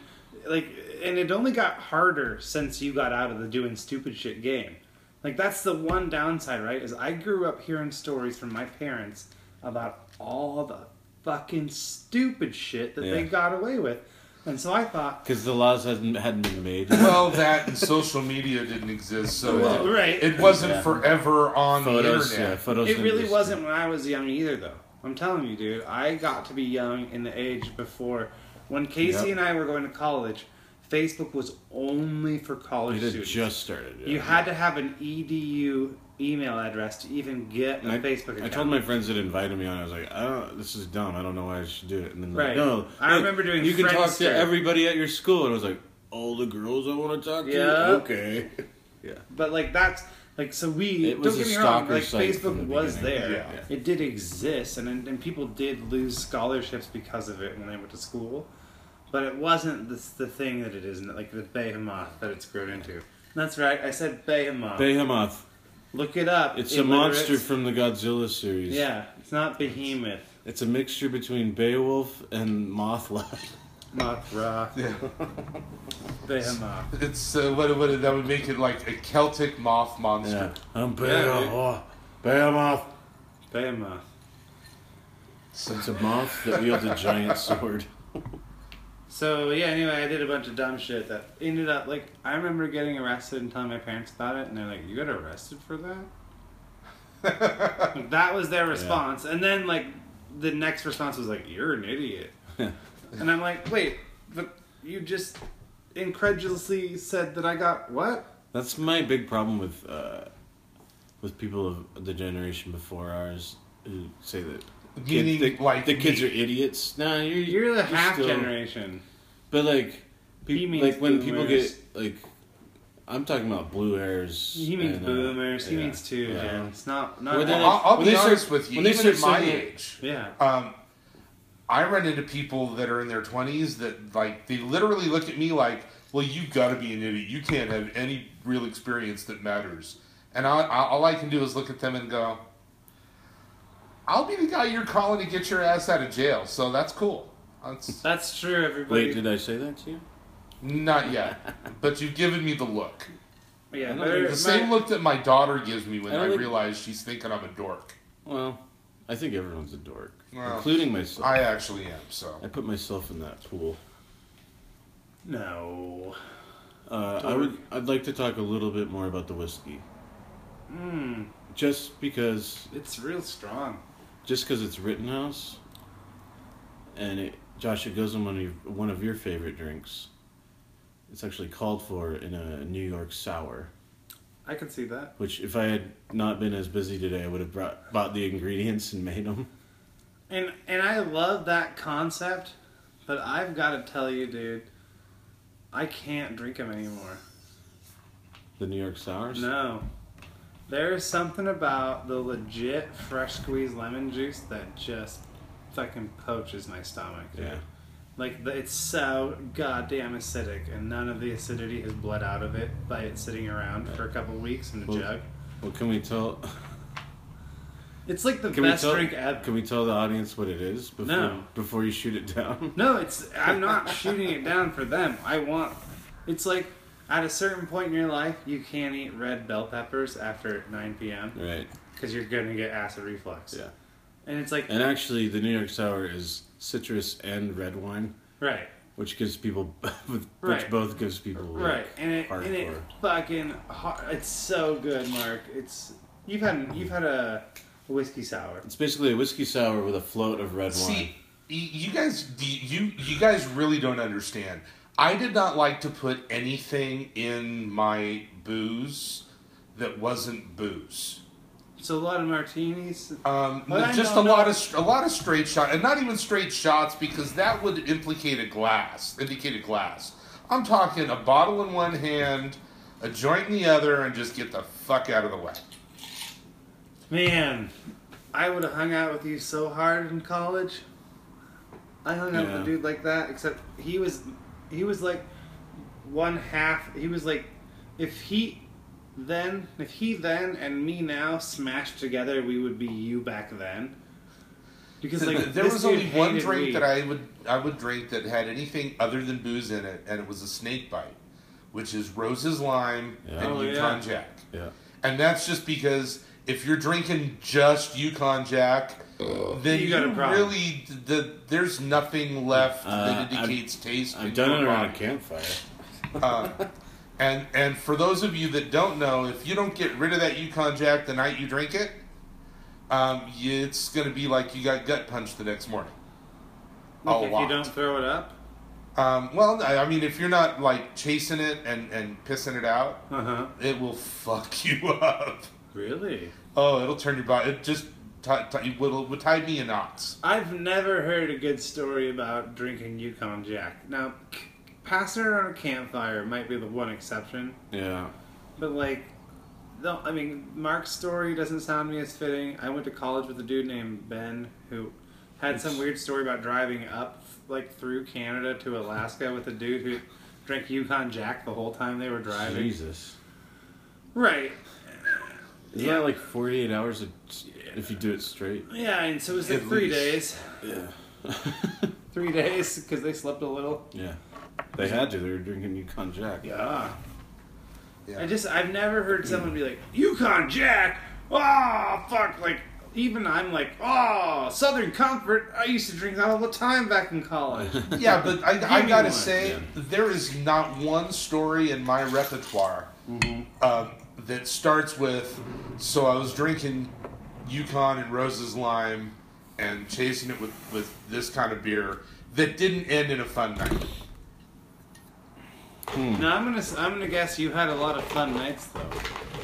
Like, and it only got harder since you got out of the doing stupid shit game. Like, that's the one downside, right? Is I grew up hearing stories from my parents about all the fucking stupid shit that they Yeah. got away with, and so I thought, Because the laws hadn't hadn't been made. Well, that and social media didn't exist, so Well, it, right? it wasn't Yeah. forever on photos, the yeah, internet. photos. It and really just- wasn't when I was young either, though. I'm telling you, dude. I got to be young in the age before when Casey Yep. and I were going to college. Facebook was only for college It had students. just started. yeah. You had to have an edu email address to even get a And I, Facebook account. I told my friends that invited me on. I was like, I don't. This is dumb. I don't know why I should do it. And then they're Right. like, no, I look, remember doing You can talk Friendster. to everybody at your school, and I was like, all the girls I want to talk to. Yeah. Okay. Yeah. but like that's like so we It was don't a get me wrong. stalker Like site from Facebook the was beginning. there. Yeah. Yeah. It did exist, and and people did lose scholarships because of it when they went to school. But it wasn't this, the thing that it is, like the behemoth that it's grown into. That's right. I said behemoth. Behemoth. Look it up. It's a illiterates. monster from the Godzilla series. Yeah, it's not behemoth. It's a mixture between Beowulf and Mothla. Mothra. Yeah. Behemoth. It's uh, what, what that would make it like a Celtic moth yeah. monster. I'm Beowulf. Behemoth. Behemoth. So, It's a moth that wields a giant sword. So yeah, anyway, I did a bunch of dumb shit that ended up like I remember getting arrested and telling my parents about it, and they're like, "You got arrested for that?" Like, that was their response, and then like the next response was like, "You're an idiot," and I'm like, "Wait, but you just incredulously said that I got what?" That's my big problem with uh, with people of the generation before ours who say that Meaning, kids, the, like, the kids me. are idiots. Nah, you're You're the you're half still- generation. But like, He peop means like when people boomers. get like, I'm talking about blue hairs. He means and, uh, boomers. he yeah, means two. yeah. Yeah, it's not not. Well, then I'll, I'll When be they honest start- with you. when they Even at my start saying- age, yeah. um, I run into people that are in their twenties that like they literally look at me like, "Well, you got to be an idiot. You can't have any real experience that matters." And I, I, all I can do is look at them and go, "I'll be the guy you're calling to get your ass out of jail." So that's cool. That's That's true. Everybody. Wait, did I say that to you? not yet, but you've given me the look. yeah, I don't but think The my- same look that my daughter gives me when I don't I, think- realize she's thinking I'm a dork. Well, I think everyone's a dork, Well, including myself. I I, actually am. So put myself in that pool. No. Uh, I would. I'd like to talk a little bit more about the whiskey, Mm, just because it's real strong. just because it's Rittenhouse, and it Josh, it goes in one of your, one of your favorite drinks. It's actually called for in a New York sour, I could see that. which if I had not been as busy today, I would have brought bought the ingredients and made them. And and I love that concept, but I've got to tell you, dude, I can't drink them anymore. The New York sours. No. There's something about the legit fresh squeezed lemon juice that just fucking poaches my stomach. dude. Yeah. Like the- it's so goddamn acidic, and none of the acidity has bled out of it by it sitting around for a couple weeks in a Well, jug. Well, can we tell? It's like the Can best we tell? drink ever. Can we tell the audience what it is before No. before you shoot it down? No, it's I'm not shooting it down for them. I want it's like at a certain point in your life you can't eat red bell peppers after 9 p.m. Right. because you're gonna get acid reflux. Yeah. and it's like And actually, the New York sour is citrus and red wine, right, which gives people, which Right. both gives people like, right, and it and it hardcore. fucking har- it's so good, Mark. It's you've had you've had a whiskey sour. It's basically a whiskey sour with a float of red wine. See, y- you guys, do you you guys really don't understand. I did not like to put anything in my booze that wasn't booze. So a lot of martinis. Um, Well, I just know, a no. lot of str- a lot of straight shot, and not even straight shots because that would implicate a glass, indicate a glass. I'm talking a bottle in one hand, a joint in the other, and just get the fuck out of the way. Man, I would have hung out with you so hard in college. I hung out with a Yeah. dude like that, except he was he was like one half he was like if he then, if he then and me now smashed together, we would be you back then. Because like there this was dude only one hated drink weed. that I would I would drink that had anything other than booze in it, and it was a snake bite, which is Rose's lime Yeah. and Oh, Yukon yeah. Jack, Yeah. and that's just because if you're drinking just Yukon Jack, then You you, got a problem. really the there's nothing left Uh, that I've- indicates taste. in I've done your it around a body. campfire. Uh, and and for those of you that don't know, if you don't get rid of that Yukon Jack the night you drink it, um, you- it's going to be like you got gut punched the next morning. Like, a if lot. you don't throw it up. Um, well, I I mean, if you're not like chasing it and and pissing it out, Uh huh. it will fuck you up. Really? Oh, it'll turn your body. It just ti ti it will would tie me in knots. I've never heard a good story about drinking Yukon Jack. Now, c- passing around a campfire might be the one exception, Yeah. but like, no, I mean, Mark's story doesn't sound to me as fitting. I went to college with a dude named Ben who had some weird story about driving up, like, through Canada to Alaska with a dude who drank Yukon Jack the whole time they were driving. Jesus. Right. Isn't that like 48 hours of, if you do it straight? Yeah, and so it was like At three least. days. Yeah. Three days, because they slept a little. yeah. They had to. They were drinking Yukon Jack. Yeah. Yeah. I just I've never Hmm. heard someone be like Yukon Jack. Oh fuck! Like even I'm like oh Southern Comfort. I used to drink that all the time back in college. Yeah, but I, I me gotta one. say, Yeah. there is not one story in my repertoire Mm-hmm. um, that starts with, so I was drinking Yukon and Rose's Lime and chasing it with, with this kind of beer that didn't end in a fun night. now I'm gonna s- I'm gonna guess you had a lot of fun nights though.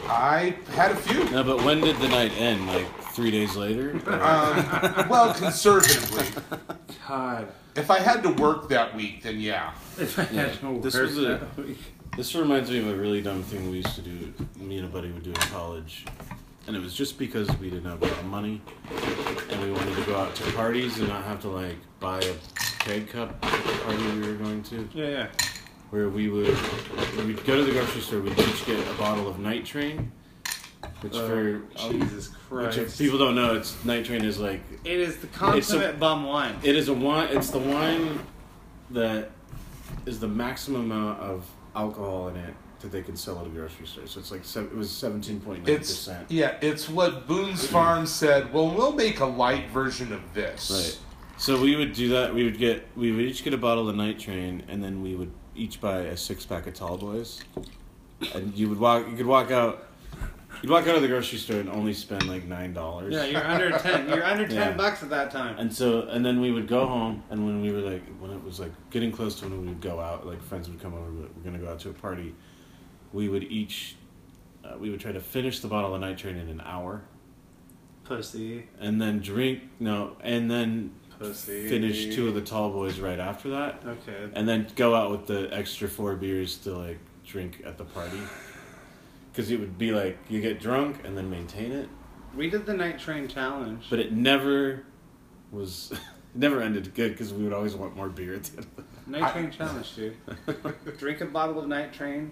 I had a few. No, but when did the night end? Like three days later? Or- Um, well, conservatively. God, If I had to work that week, then yeah. if I had no This words was a- that week. This reminds me of a really dumb thing we used to do. Me and a buddy would do in college, and it was just because we didn't have a lot of money, and we wanted to go out to parties and not have to like buy a keg cup at the party we were going to. Yeah, yeah. Where we would, we'd go to the grocery store. We'd each get a bottle of Night Train, which for Oh, Jesus which Christ. if people don't know, it's Night Train is like it is the consummate bum wine. it is a wine. It's the wine that is the maximum amount of alcohol in it that they can sell at a grocery store. So it's like se- it was seventeen point nine It's percent. yeah, it's what Boone's Farm said. Well, we'll make a light version of Right. this. So we would do that. We would get we would each get a bottle of Night Train, and then we would each buy a six pack of Tall Boys. And you would walk. You could walk out. You'd walk out of the grocery store and only spend like nine dollars. Yeah, you're under ten. You're under ten Yeah. bucks at that time. And so, and then we would go home, and when we were like, when it was like getting close to when we would go out, like friends would come over, we're, we're gonna go out to a party. We would each, uh, we would try to finish the bottle of night train in an hour, Pussy, and then drink no, and then pussy. finish two of the tall boys right after that, Okay. and then go out with the extra four beers to like drink at the party. Because it would be like you get drunk and then maintain it, We did the night train challenge. but it never was, it never ended good because we would always want more beer at the end. Night Train challenge, dude. Drink a bottle of Night Train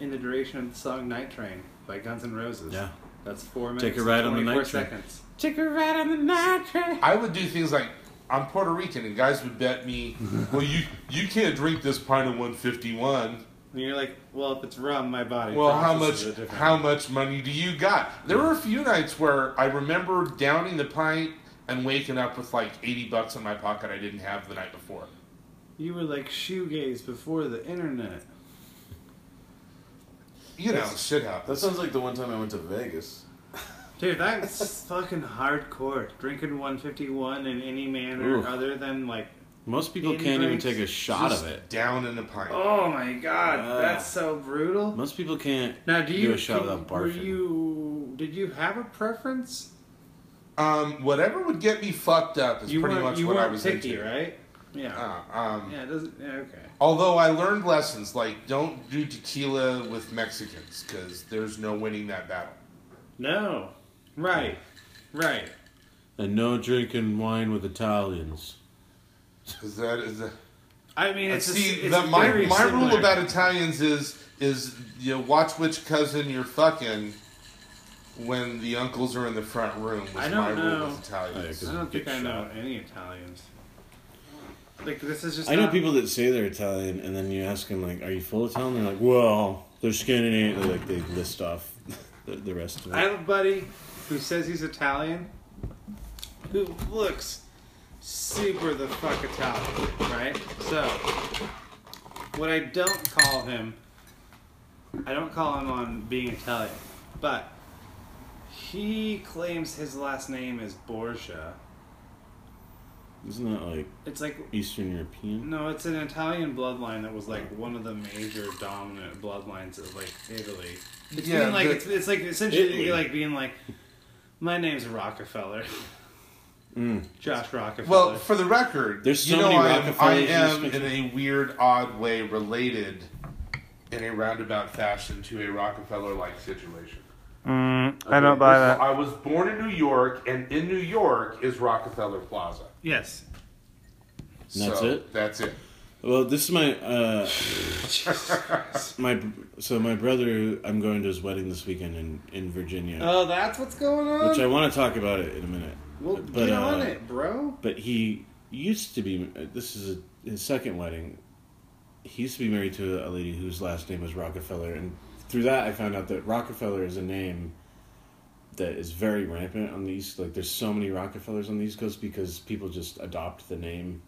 in the duration of the song "Night Train" by Guns N' Roses. Yeah. that's four minutes. Take a ride on the night 24 train. seconds. Take a ride on the night train. I would do things like I'm Puerto Rican, and guys would bet me, well, you you can't drink this pint of 151. And you're like, well, if it's rum, my body. Well, how much processes it differently. how much money do you got? There were a few nights where I remember downing the pint and waking up with like 80 bucks in my pocket I didn't have the night before. You were like shoegaze before the internet. You know, That's- shit happens. That sounds like the one time I went to Vegas. Dude, that's fucking hardcore. Drinking 151 in any manner Oof. other than like, Most people Any can't drinks? even take a shot Just of it. down in the pint. oh my god, Ah. that's so brutal. Most people can't Now, do you do a shot can- without barfing. were you? Did you have a preference? Um, whatever would get me fucked up is you pretty weren't- much you what I weren't was picky, into. right? Yeah. Uh, um, Yeah, it doesn't. Yeah, okay. Although I learned lessons, like don't do tequila with Mexicans because there's no winning that battle. No. Right. Right. And no drinking wine with Italians. Because that is a, I mean, it's Uh, See, a, it's that my very my rule similar. about Italians is is you watch which cousin you're fucking when the uncles are in the front room. Was I don't my know. rule with Italians. I don't think I know any Italians. Like this is just. I know not- people that say they're Italian, and then you ask them like, "Are you full Italian?" They're like, "Well, they're Scandinavian." They're like they list off the, the rest of I it. have a buddy who says he's Italian, who looks super the fuck Italian, right? So, what I don't call him, I don't call him on being Italian, but he claims his last name is Borgia. Isn't that like It's like Eastern European? No, it's an Italian bloodline that was like one of the major dominant bloodlines of like Italy. It's Yeah, being like but- it's, it's like essentially Italy. like being like, my name's Rockefeller, Josh Rockefeller. Mm. Well, for the record, There's you so know many I am, I Rockefellers in this am in picture. a weird, odd way related in a roundabout fashion to a Rockefeller-like situation. Mm, I don't First of all, I was born in New York, and in New York is Rockefeller Plaza. Yes, And that's So, it? That's it. Well, this is my uh, my so my brother. I'm going to his wedding this weekend in in Virginia, oh, that's what's going on. which I want to talk about it in a minute. well, but, get on uh, it, bro. But he used to be. This is a, his second wedding. He used to be married to a lady whose last name was Rockefeller, and through that I found out that Rockefeller is a name that is very rampant on the East. Like, there's so many Rockefellers on the East Coast because people just adopt the name,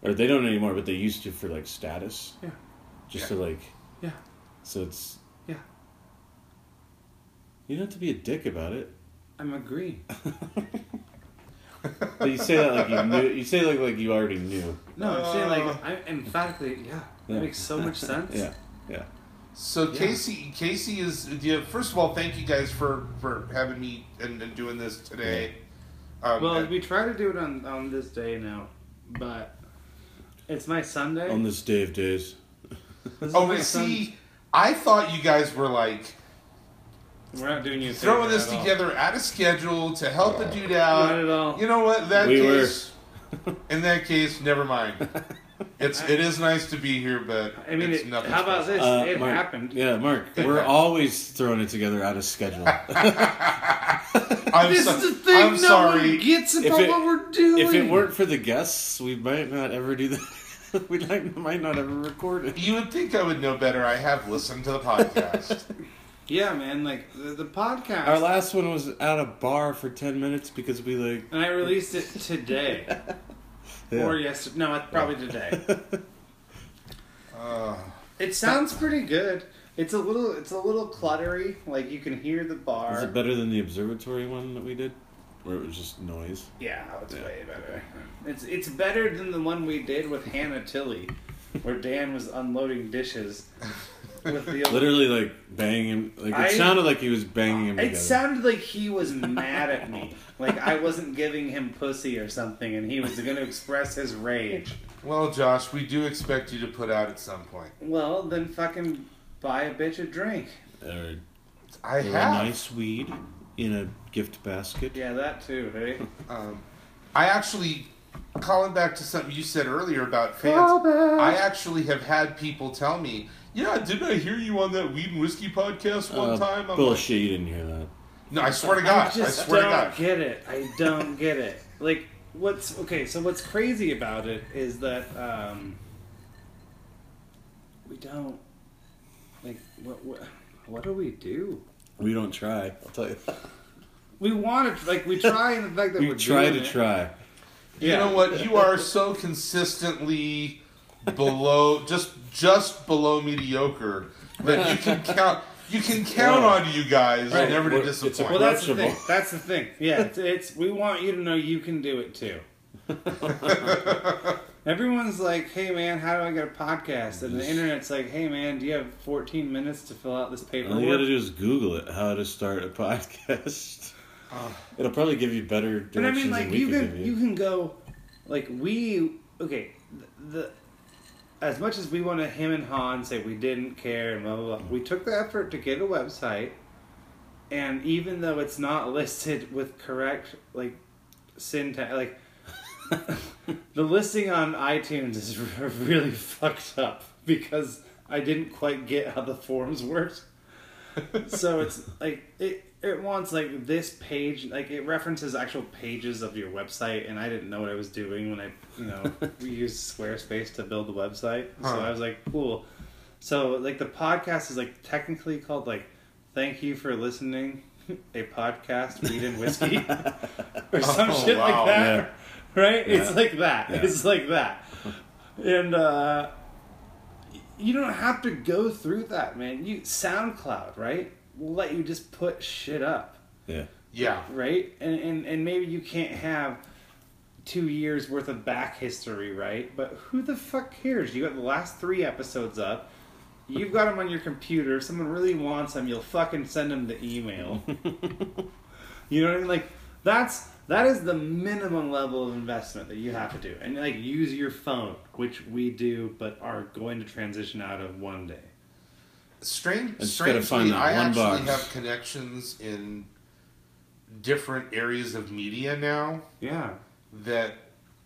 or they don't anymore, but they used to for like status. Yeah. Just Yeah. to like. Yeah, So it's. yeah, You don't have to be a dick about it. I'm agreeing. But you say that like you knew. You say like like you already knew. No, I'm saying Uh. like I'm emphatically. Yeah, Yeah. that makes so much sense. Yeah. Yeah. So Yeah. Casey, Casey is. Yeah, first of all, thank you guys for for having me and, and doing this today. Um, Well, and- we try to do it on on this day now, but it's my Sunday. On this day of days. This is Um, oh, my and son- see, I thought you guys were like We're not doing you a favor throwing this at all. together at a schedule to help the dude Not at out. all. Uh, You know what? That We were. case. In that case, never mind. It's it is nice to be here, but I mean, it's it, nothing. how about special. this? Uh, it Mark- happened. Yeah, Mark, we're always throwing it together out of schedule. I'm This so- is the thing. I'm no sorry. one gets about it- what we're doing. if it weren't for the guests, we might not ever do that. we might, might not ever record it. You would think I would know better. I have listened to the podcast. yeah, man, like the, the podcast. Our last one was at a bar for 10 minutes because we, like. and I released it today yeah. or yesterday. No, it's probably today. Uh, It sounds pretty good. It's a little, it's a little cluttery. Like you can hear the Is bar. it better than the observatory one that we did? Where it was just noise? yeah, it's way better. It's it's better than the one we did with Hannah Tilly, where Dan was unloading dishes with the old Literally, like, banging him. Like, it I- sounded like he was banging him It together. sounded like he was mad at me. Like I wasn't giving him pussy or something, and he was going to express his rage. well, Josh, we do expect you to put out at some point. Well, then fucking buy a bitch a drink. or, I or a have. nice weed in a gift basket. Yeah, that too, hey? Um, I actually, calling back to something you said earlier about fans, I actually have had people tell me, yeah, didn't I hear you on that Weed and Whiskey podcast one Uh, time? I'm bullshit, you didn't hear that. like, no, I swear to I God. I, just swear to don't God. get it. I don't get it. Like, what's okay? So what's crazy about it is that um, we don't like what what what do we do? We don't try. I'll tell you. We want to like we try in the fact that We are try to try. You know what? You are so consistently below, just just below mediocre that you can count. You can count Right. on you guys Right. never to Well, it's a- disappoint. Well, that's the thing. Approachable. That's the thing. Yeah, it's, it's we want you to know you can do it too. Everyone's like, "Hey man, how do I get a podcast?" And the internet's like, "Hey man, do you have 14 minutes to fill out this All you gotta paperwork?" do is Google it how to start a podcast. It'll probably give you better directions Uh. But I mean, than like, we you could can give you you. can go, like, we okay the. the as much as we want to him and Han say we didn't care and blah blah blah, we took the effort to get a website, and even though it's not listed with correct like syntax, like The listing on iTunes is r- really fucked up because I didn't quite get how the forms worked. so it's like it it wants like this page like it references actual pages of your website and I didn't know what I was doing when I you know we used Squarespace to build the website so Huh. I was like cool so like the podcast is like technically called like thank you for listening a podcast weed and whiskey or some Oh, shit wow. like that right it's Yeah. like that Yeah. it's like that and uh you don't have to go through that, man. You SoundCloud, right? Will let you just put shit up, Yeah. Yeah. right? And and and maybe you can't have two years worth of back history, right? But who the fuck cares? You got the last three episodes up. You've got them on your computer. If someone really wants them, you'll fucking send them the email. you know what I mean? Like that's that is the minimum level of investment that you have to do, and like use your phone, which we do, but are going to transition out of one day. Strange. I just gotta strangely, find that I one actually box. have connections in different areas of media now Yeah. that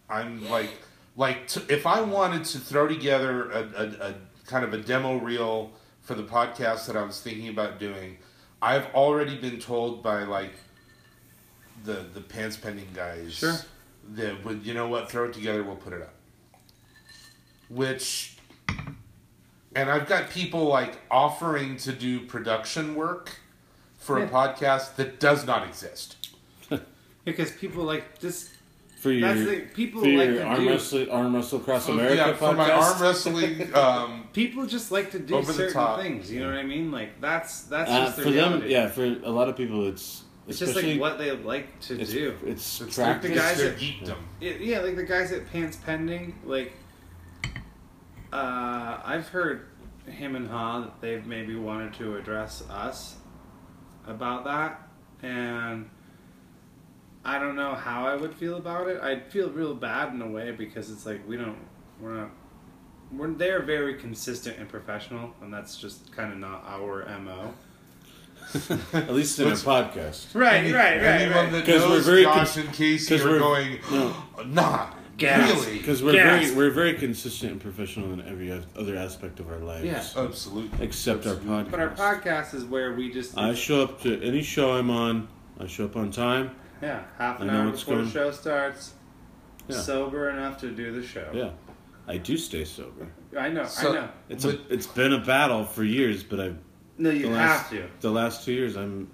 I'm like, like t- if I wanted to throw together a, a, a kind of a demo reel for the podcast that I was thinking about doing, I've already been told by like the the pants pending guys Sure. that would you know what throw it together we'll put it up, which. And I've got people like offering to do production work for a Yeah. podcast that does not exist. Because people like this. For your, That's the people for like your to arm, do. wrestle, arm wrestle across So, America yeah, podcast. for my arm wrestling um, People just like to do Over the certain top. things. You know what I mean? Like that's that's Uh, just the for reality. them, yeah, for a lot of people, it's It's just especially like what they like to it's, do. It's, It's like practice. the guys their that- geekdom. It- yeah, like the guys at Pants Pending. Like, uh, I've heard him and Ha that they've maybe wanted to address us about that, and I don't know how I would feel about it. I'd feel real bad in a way because it's like we don't, we're not. We're, they're very consistent and professional, and that's just kind of not our mo. At least in a What's- podcast. Right, Anyone that 'Cause knows we're very Josh cons- and Casey 'cause are we're- going, no. nah, Gasp. really? Because we're Gasp. very we're very consistent and professional in every as- other aspect of our lives. Yeah. Absolutely. Except our podcast. But our podcast is where we just I show up to any show I'm on. I show up on time. Yeah, half an I know hour what's before the going- show starts. Yeah. Sober enough to do the show. Yeah, I do stay sober. I know, So- I know. It's But- a, it's been a battle for years, but I've No, you the have last, to. the last two years I'm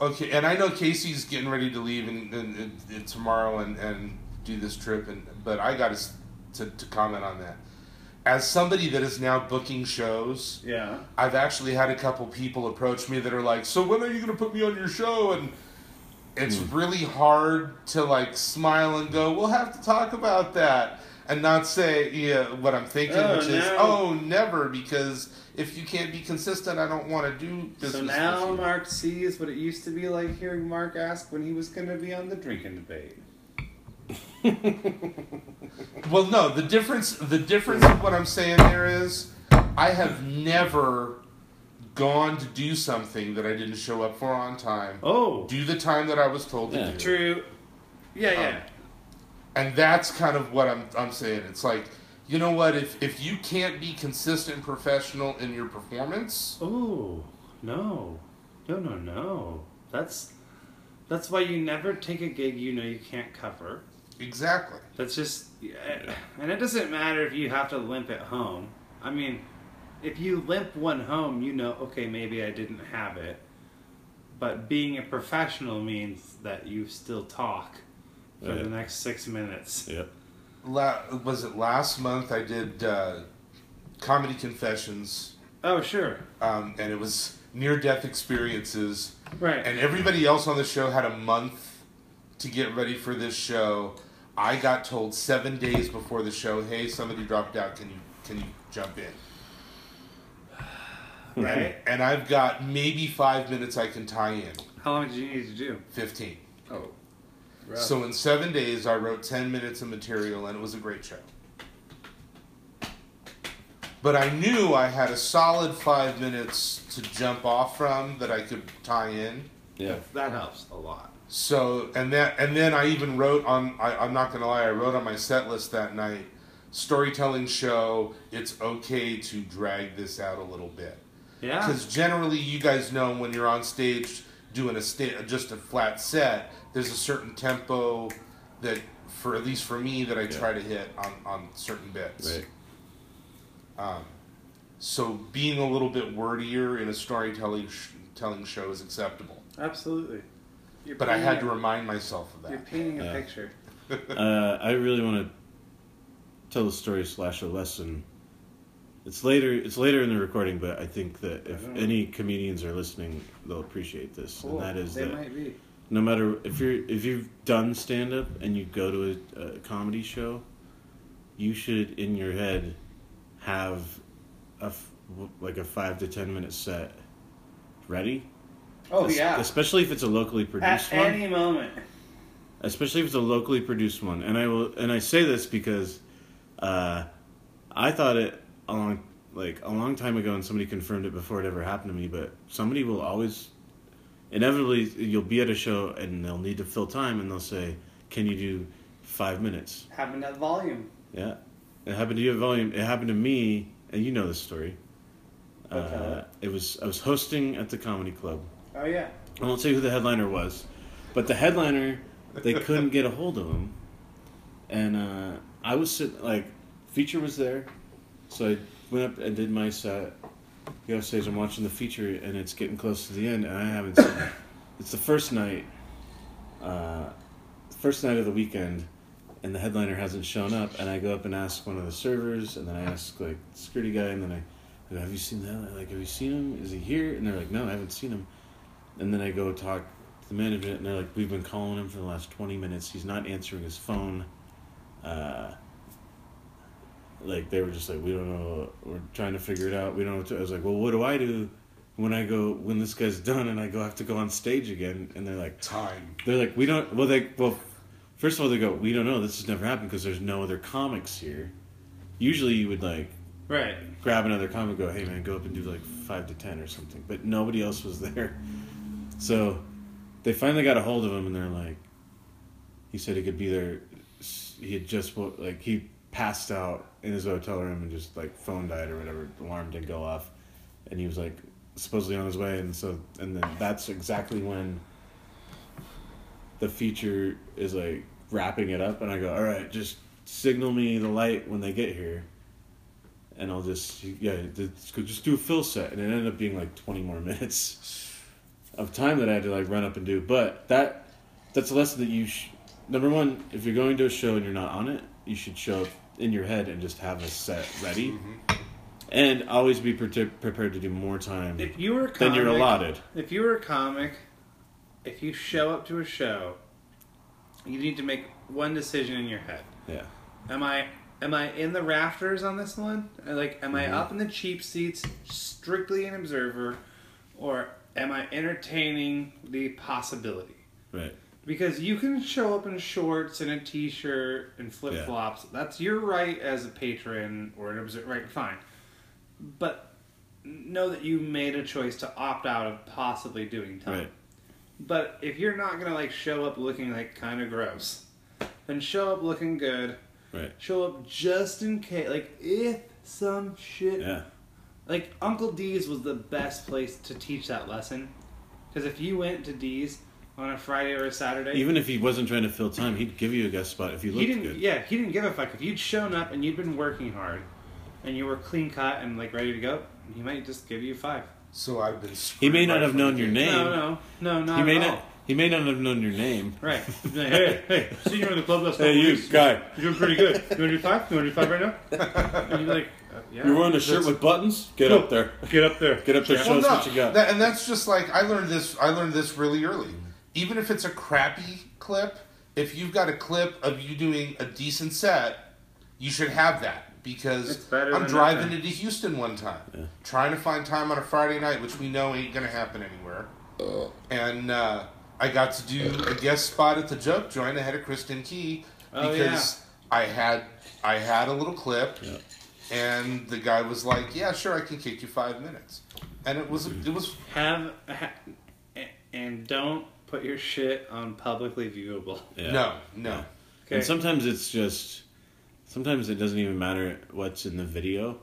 Okay, and I know Casey's getting ready to leave and, and, and, and tomorrow and, and do this trip, and but I got to, s- to to comment on that. As somebody that is now booking shows, Yeah. I've actually had a couple people approach me that are like, "So when are you going to put me on your show?" And it's Hmm. really hard to like smile and go, "We'll have to talk about that," and not say yeah, what I'm thinking, Oh, which is, no. "Oh, never," because if you can't be consistent, I don't want to do this. So now Mark sees what it used to be like hearing Mark ask when he was going to be on the drinking debate. well, no, the difference, the difference of what I'm saying there is, I have never gone to do something that I didn't show up for on time. Oh, Do the time that I was told Yeah. to do. true. Yeah, yeah. and that's kind of what I'm I'm saying. It's like, you know what? If if you can't be consistent, and professional in your performance, Oh no, no, no, no. That's that's why you never take a gig you know you can't cover. exactly. That's just, and it doesn't matter if you have to limp it home. I mean, if you limp one home, you know, okay, maybe I didn't have it. But being a professional means that you still talk for Yeah. the next six minutes. yep. La- was it last month I did uh, comedy confessions, Oh, sure. um, and it was near death experiences, Right. and everybody else on the show had a month to get ready for this show. I got told seven days before the show, "Hey, somebody dropped out. Can you can you jump in?" right? And I've got maybe five minutes I can tie in. How long did you need to do? 15. Oh. So in seven days, I wrote 10 minutes of material, and it was a great show. But I knew I had a solid five minutes to jump off from that I could tie in. Yeah. That helps a lot. So and that and then I even wrote on I, I'm not gonna lie I wrote on my set list that night storytelling show it's okay to drag this out a little bit Yeah. because generally you guys know when you're on stage doing a sta- just a flat set there's a certain tempo that for at least for me that I try to hit on on certain bits Um, Right. so being a little bit wordier in a storytelling sh- telling show is acceptable Absolutely. You're but I had to painting- remind myself of that You're painting a Yeah. picture. Uh, I really want to tell a story slash a lesson. It's later. It's later in the recording, but I think that if any comedians are listening, they'll appreciate this. Oh. Cool. And that is they that might be. no matter if you're if you've done stand up and you go to a, a comedy show, you should in your head have a f- w- like a five to ten minute set ready. Oh Es- yeah. Especially if it's a locally At produced one any moment. especially if it's a locally produced one. And I will, and I say this because uh, I thought it a long, like a long time ago, and somebody confirmed it before it ever happened to me. But somebody will always, inevitably, you'll be at a show and they'll need to fill time, and they'll say, "Can you do five minutes?" Happened at volume. Yeah, it happened to you at Volume. It happened to me, and you know this story. Uh, Okay. it was I was hosting at the comedy club. Oh yeah. I won't say who the headliner was, but the headliner, they couldn't get a hold of him. And uh, I was sitting, like, feature was there. So I went up and did my set. Go off stage, I'm watching the feature, and it's getting close to the end, and I haven't seen it. It's the first night, uh, first night of the weekend, and the headliner hasn't shown up. And I go up and ask one of the servers, and then I ask, like, the security guy, and then I, I go, have you seen the headliner? Like, have you seen him? Is he here? And they're like, no, I haven't seen him. And then I go talk to the management, and they're like, "We've been calling him for the last twenty minutes. He's not answering his phone." Uh, like they were just like, "We don't know. We're trying to figure it out. We don't know." What to-" I was like, "Well, what do I do when I go when this guy's done and I go have to go on stage again?" And they're like, time "They're like, we don't. Well, they well, first of all, they go, we don't know. This has never happened because there's no other comics here. Usually, you would like." Right. grab another comic and go, hey man, go up and do like five to ten or something. But nobody else was there. So they finally got a hold of him and they're like, he said he could be there. s- He had just, wo- like, he passed out in his hotel room and just, like, phone died or whatever. Alarm didn't go off. And he was, like, supposedly on his way. And so, and then that's exactly when the feature is, like, wrapping it up. And I go, all right, just signal me the light when they get here and I'll just yeah just, just do a fill set, and it ended up being like twenty more minutes of time that I had to like run up and do. But that that's a lesson that you sh- number one, if you're going to a show and you're not on it, you should show up in your head and just have a set ready, and always be pre- prepared to do more time If you were a comic, than you're allotted. If you were a comic, if you show up to a show, you need to make one decision in your head. Yeah, Am I am I in the rafters on this one? Like am I up in the cheap seats, strictly an observer, or am I entertaining the possibility? right. Because you can show up in shorts and a t-shirt and flip-flops. That's your right as a patron or an observer. Right, fine. But know that you made a choice to opt out of possibly doing time. Right. But if you're not going to like show up looking like kind of gross, then show up looking good. Right. Show up just in case like if some shit Yeah. like Uncle D's was the best place to teach that lesson. Cuz if you went to D's on a Friday or a Saturday, Even if he wasn't trying to fill time, he'd give you a guest spot if you he looked didn't. good. Yeah, he didn't give a fuck. If you'd shown up and you'd been working hard, and you were clean cut and like ready to go, he might just give you five. so I've been He may screwed not right have from the known your beginning. name. No, no, no, not he may at not. all. He may not have known your name. Right. He'd be like, hey, hey, see you in the club last Hey, couple you, weeks. guy. You're doing pretty good. You want to do five? You want to do five right now? And you'd be like, uh, yeah. You're wearing a shirt with buttons? Get up there. Get up there. Get up there. Show Well, us no, what you got. that- and that's just like I learned this. I learned this really early. Even if it's a crappy clip, if you've got a clip of you doing a decent set, you should have that It's because better I'm than driving nothing. into Houston one time, trying to find time on a Friday night, which we know ain't gonna happen anywhere. And uh, I got to do a guest spot at the Joke Joint ahead of Kristen Key Oh, because I had I had a little clip and the guy was like, "Yeah, sure, I can kick you five minutes," and it was it was Have, ha- and don't put your shit on publicly viewable. Yeah. No, no. Okay. And sometimes it's just, sometimes it doesn't even matter what's in the video.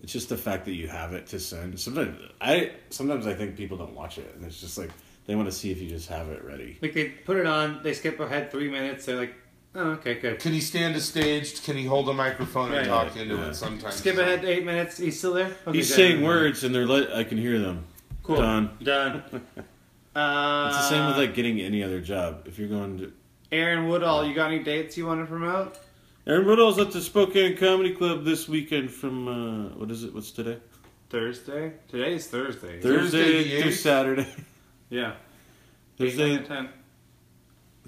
It's just the fact that you have it to send. Sometimes I sometimes I think people don't watch it, and it's just like they want to see if you just have it ready. Like they put it on, they skip ahead three minutes. They're like, oh, okay, good. Can he stand a stage? Can he hold a microphone and Right. talk into Yeah. it sometimes? Skip ahead eight minutes. He's still there. Okay, He's good. saying words, and they're let I can hear them. Cool. Uh, Done. Done. Uh, It's the same with like getting any other job. If you're going to Aaron Woodall. You got any dates you want to promote? Aaron Woodall's at the Spokane Comedy Club this weekend from uh, what is it? What's today? Thursday. Today is Thursday. Thursday, the Thursday through 8th? Saturday. yeah. Thursday, 10.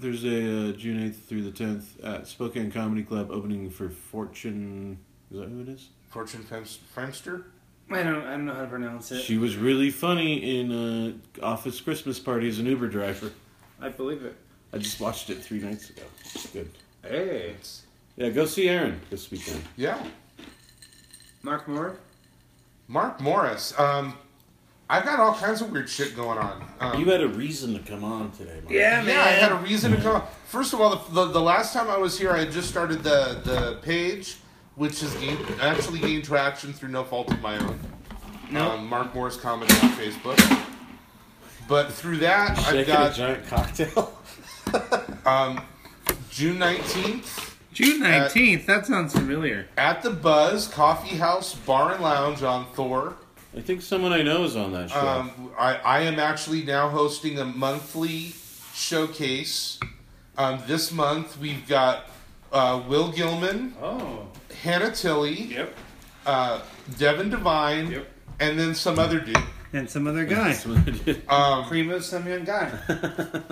Thursday, uh, June eighth through the tenth at Spokane Comedy Club, opening for Fortune. Is that who it is? Fortune Fems- Femster? I don't. I don't know how to pronounce it. She was really funny in uh, Office Christmas Party as an Uber driver. I believe it. I just watched it three nights ago. It's good. Hey, Yeah, go see Aaron this weekend. Yeah. Mark Moore. Mark Morris. Um, I've got all kinds of weird shit going on. Um, You had a reason to come on today, Mark. Yeah, I had a reason to come. First of all, the, the, the last time I was here, I had just started the, the page, which has gained, actually gained traction through no fault of my own. No. Um, Mark Moore's comedy on Facebook. But through that, I've Shaking a got giant cocktail. June 19th Uh, June nineteenth. That sounds familiar. at the Buzz Coffee House Bar and Lounge on Thor. I think someone I know is on that show. Um, I, I am actually now hosting a monthly showcase. Um, this month, we've got uh, Will Gilman, Oh. Hannah Tilly. Yep. uh, Devin Devine, Yep. and then some other dude. And some other guy. That's what I did. Um, Primo, some young guy.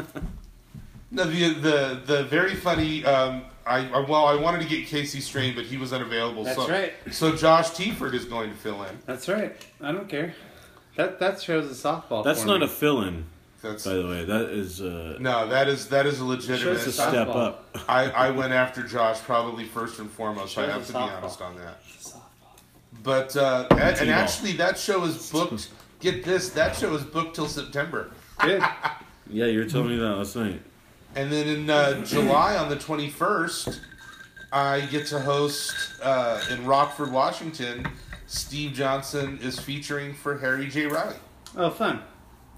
Uh, the, the the very funny. Um, I, I well, I wanted to get Casey Strain, but he was unavailable. That's so, right. So Josh Tiefert is going to fill in. That's right. I don't care. That that shows a softball. That's for not me. a fill-in, That's by the way. That is uh, no, that is that is a Shows legitimate. that's a It's softball. step up. I, I went after Josh probably first and foremost. I Shows have a to be softball. honest on that. softball. But uh, that, and T-ball. actually, that show is booked. Get this, that show is booked till September. Good. Yeah, you were telling me that last night. And then in uh, July on the 21st, I get to host uh, in Rockford, Washington. Steve Johnson is featuring for Harry J. Riley. Oh, fun.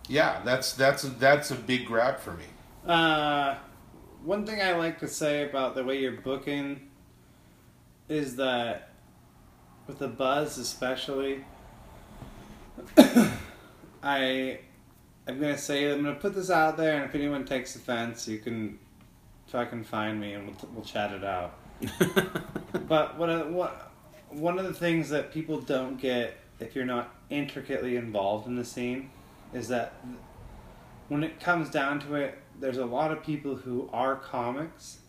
Yeah, that's that's a, that's a big grab for me. Uh, one thing I like to say about the way you're booking is that with the buzz, especially, I I'm gonna say I'm gonna put this out there, and if anyone takes offense, you can fucking find me, and we'll we'll chat it out. But what I- what one of the things that people don't get if you're not intricately involved in the scene is that when it comes down to it, there's a lot of people who are comics,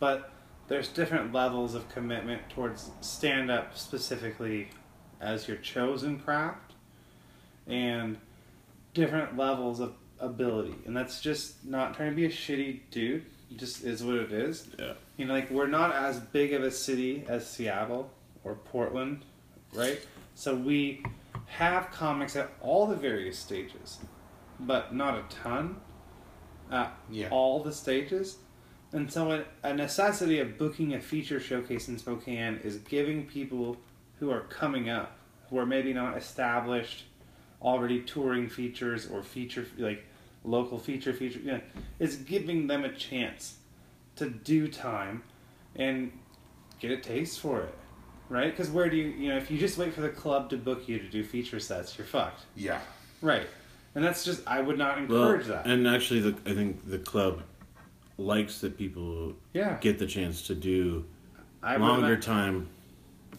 but there's different levels of commitment towards stand up specifically as your chosen craft and different levels of ability. And that's just not trying to be a shitty dude, it just is what it is Yeah. you know, like we're not as big of a city as Seattle or Portland, right? So we have comics at all the various stages, but not a ton at Yeah. all the stages. And so, a- a necessity of booking a feature showcase in Spokane is giving people who are coming up, who are maybe not established, already touring features or feature like local feature feature, you know, it's giving them a chance to do time and get a taste for it, right? Because where do you, you know, if you just wait for the club to book you to do feature sets, you're fucked, Yeah, right? And that's just I would not Well, encourage that. and actually, the, I think the club likes that people yeah, get the chance to do I would longer not- time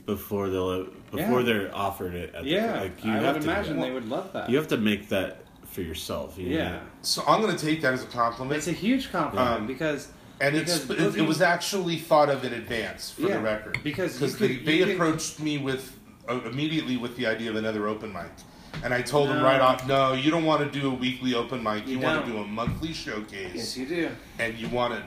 before they'll uh, before Yeah. they're offered it. At Yeah, the, like you I have would to do imagine that. they would love that. You have to make that for yourself. you know? yeah, so I'm gonna take that as a compliment, it's a huge compliment Um, because and it's because it, it booking- was actually thought of in advance for Yeah, the record because you they, could- you they could- approached me with uh, immediately with the idea of another open mic, and I told them No. right off, no, you don't want to do a weekly open mic. You, You want to don't. do a monthly showcase. yes, you do. and you want to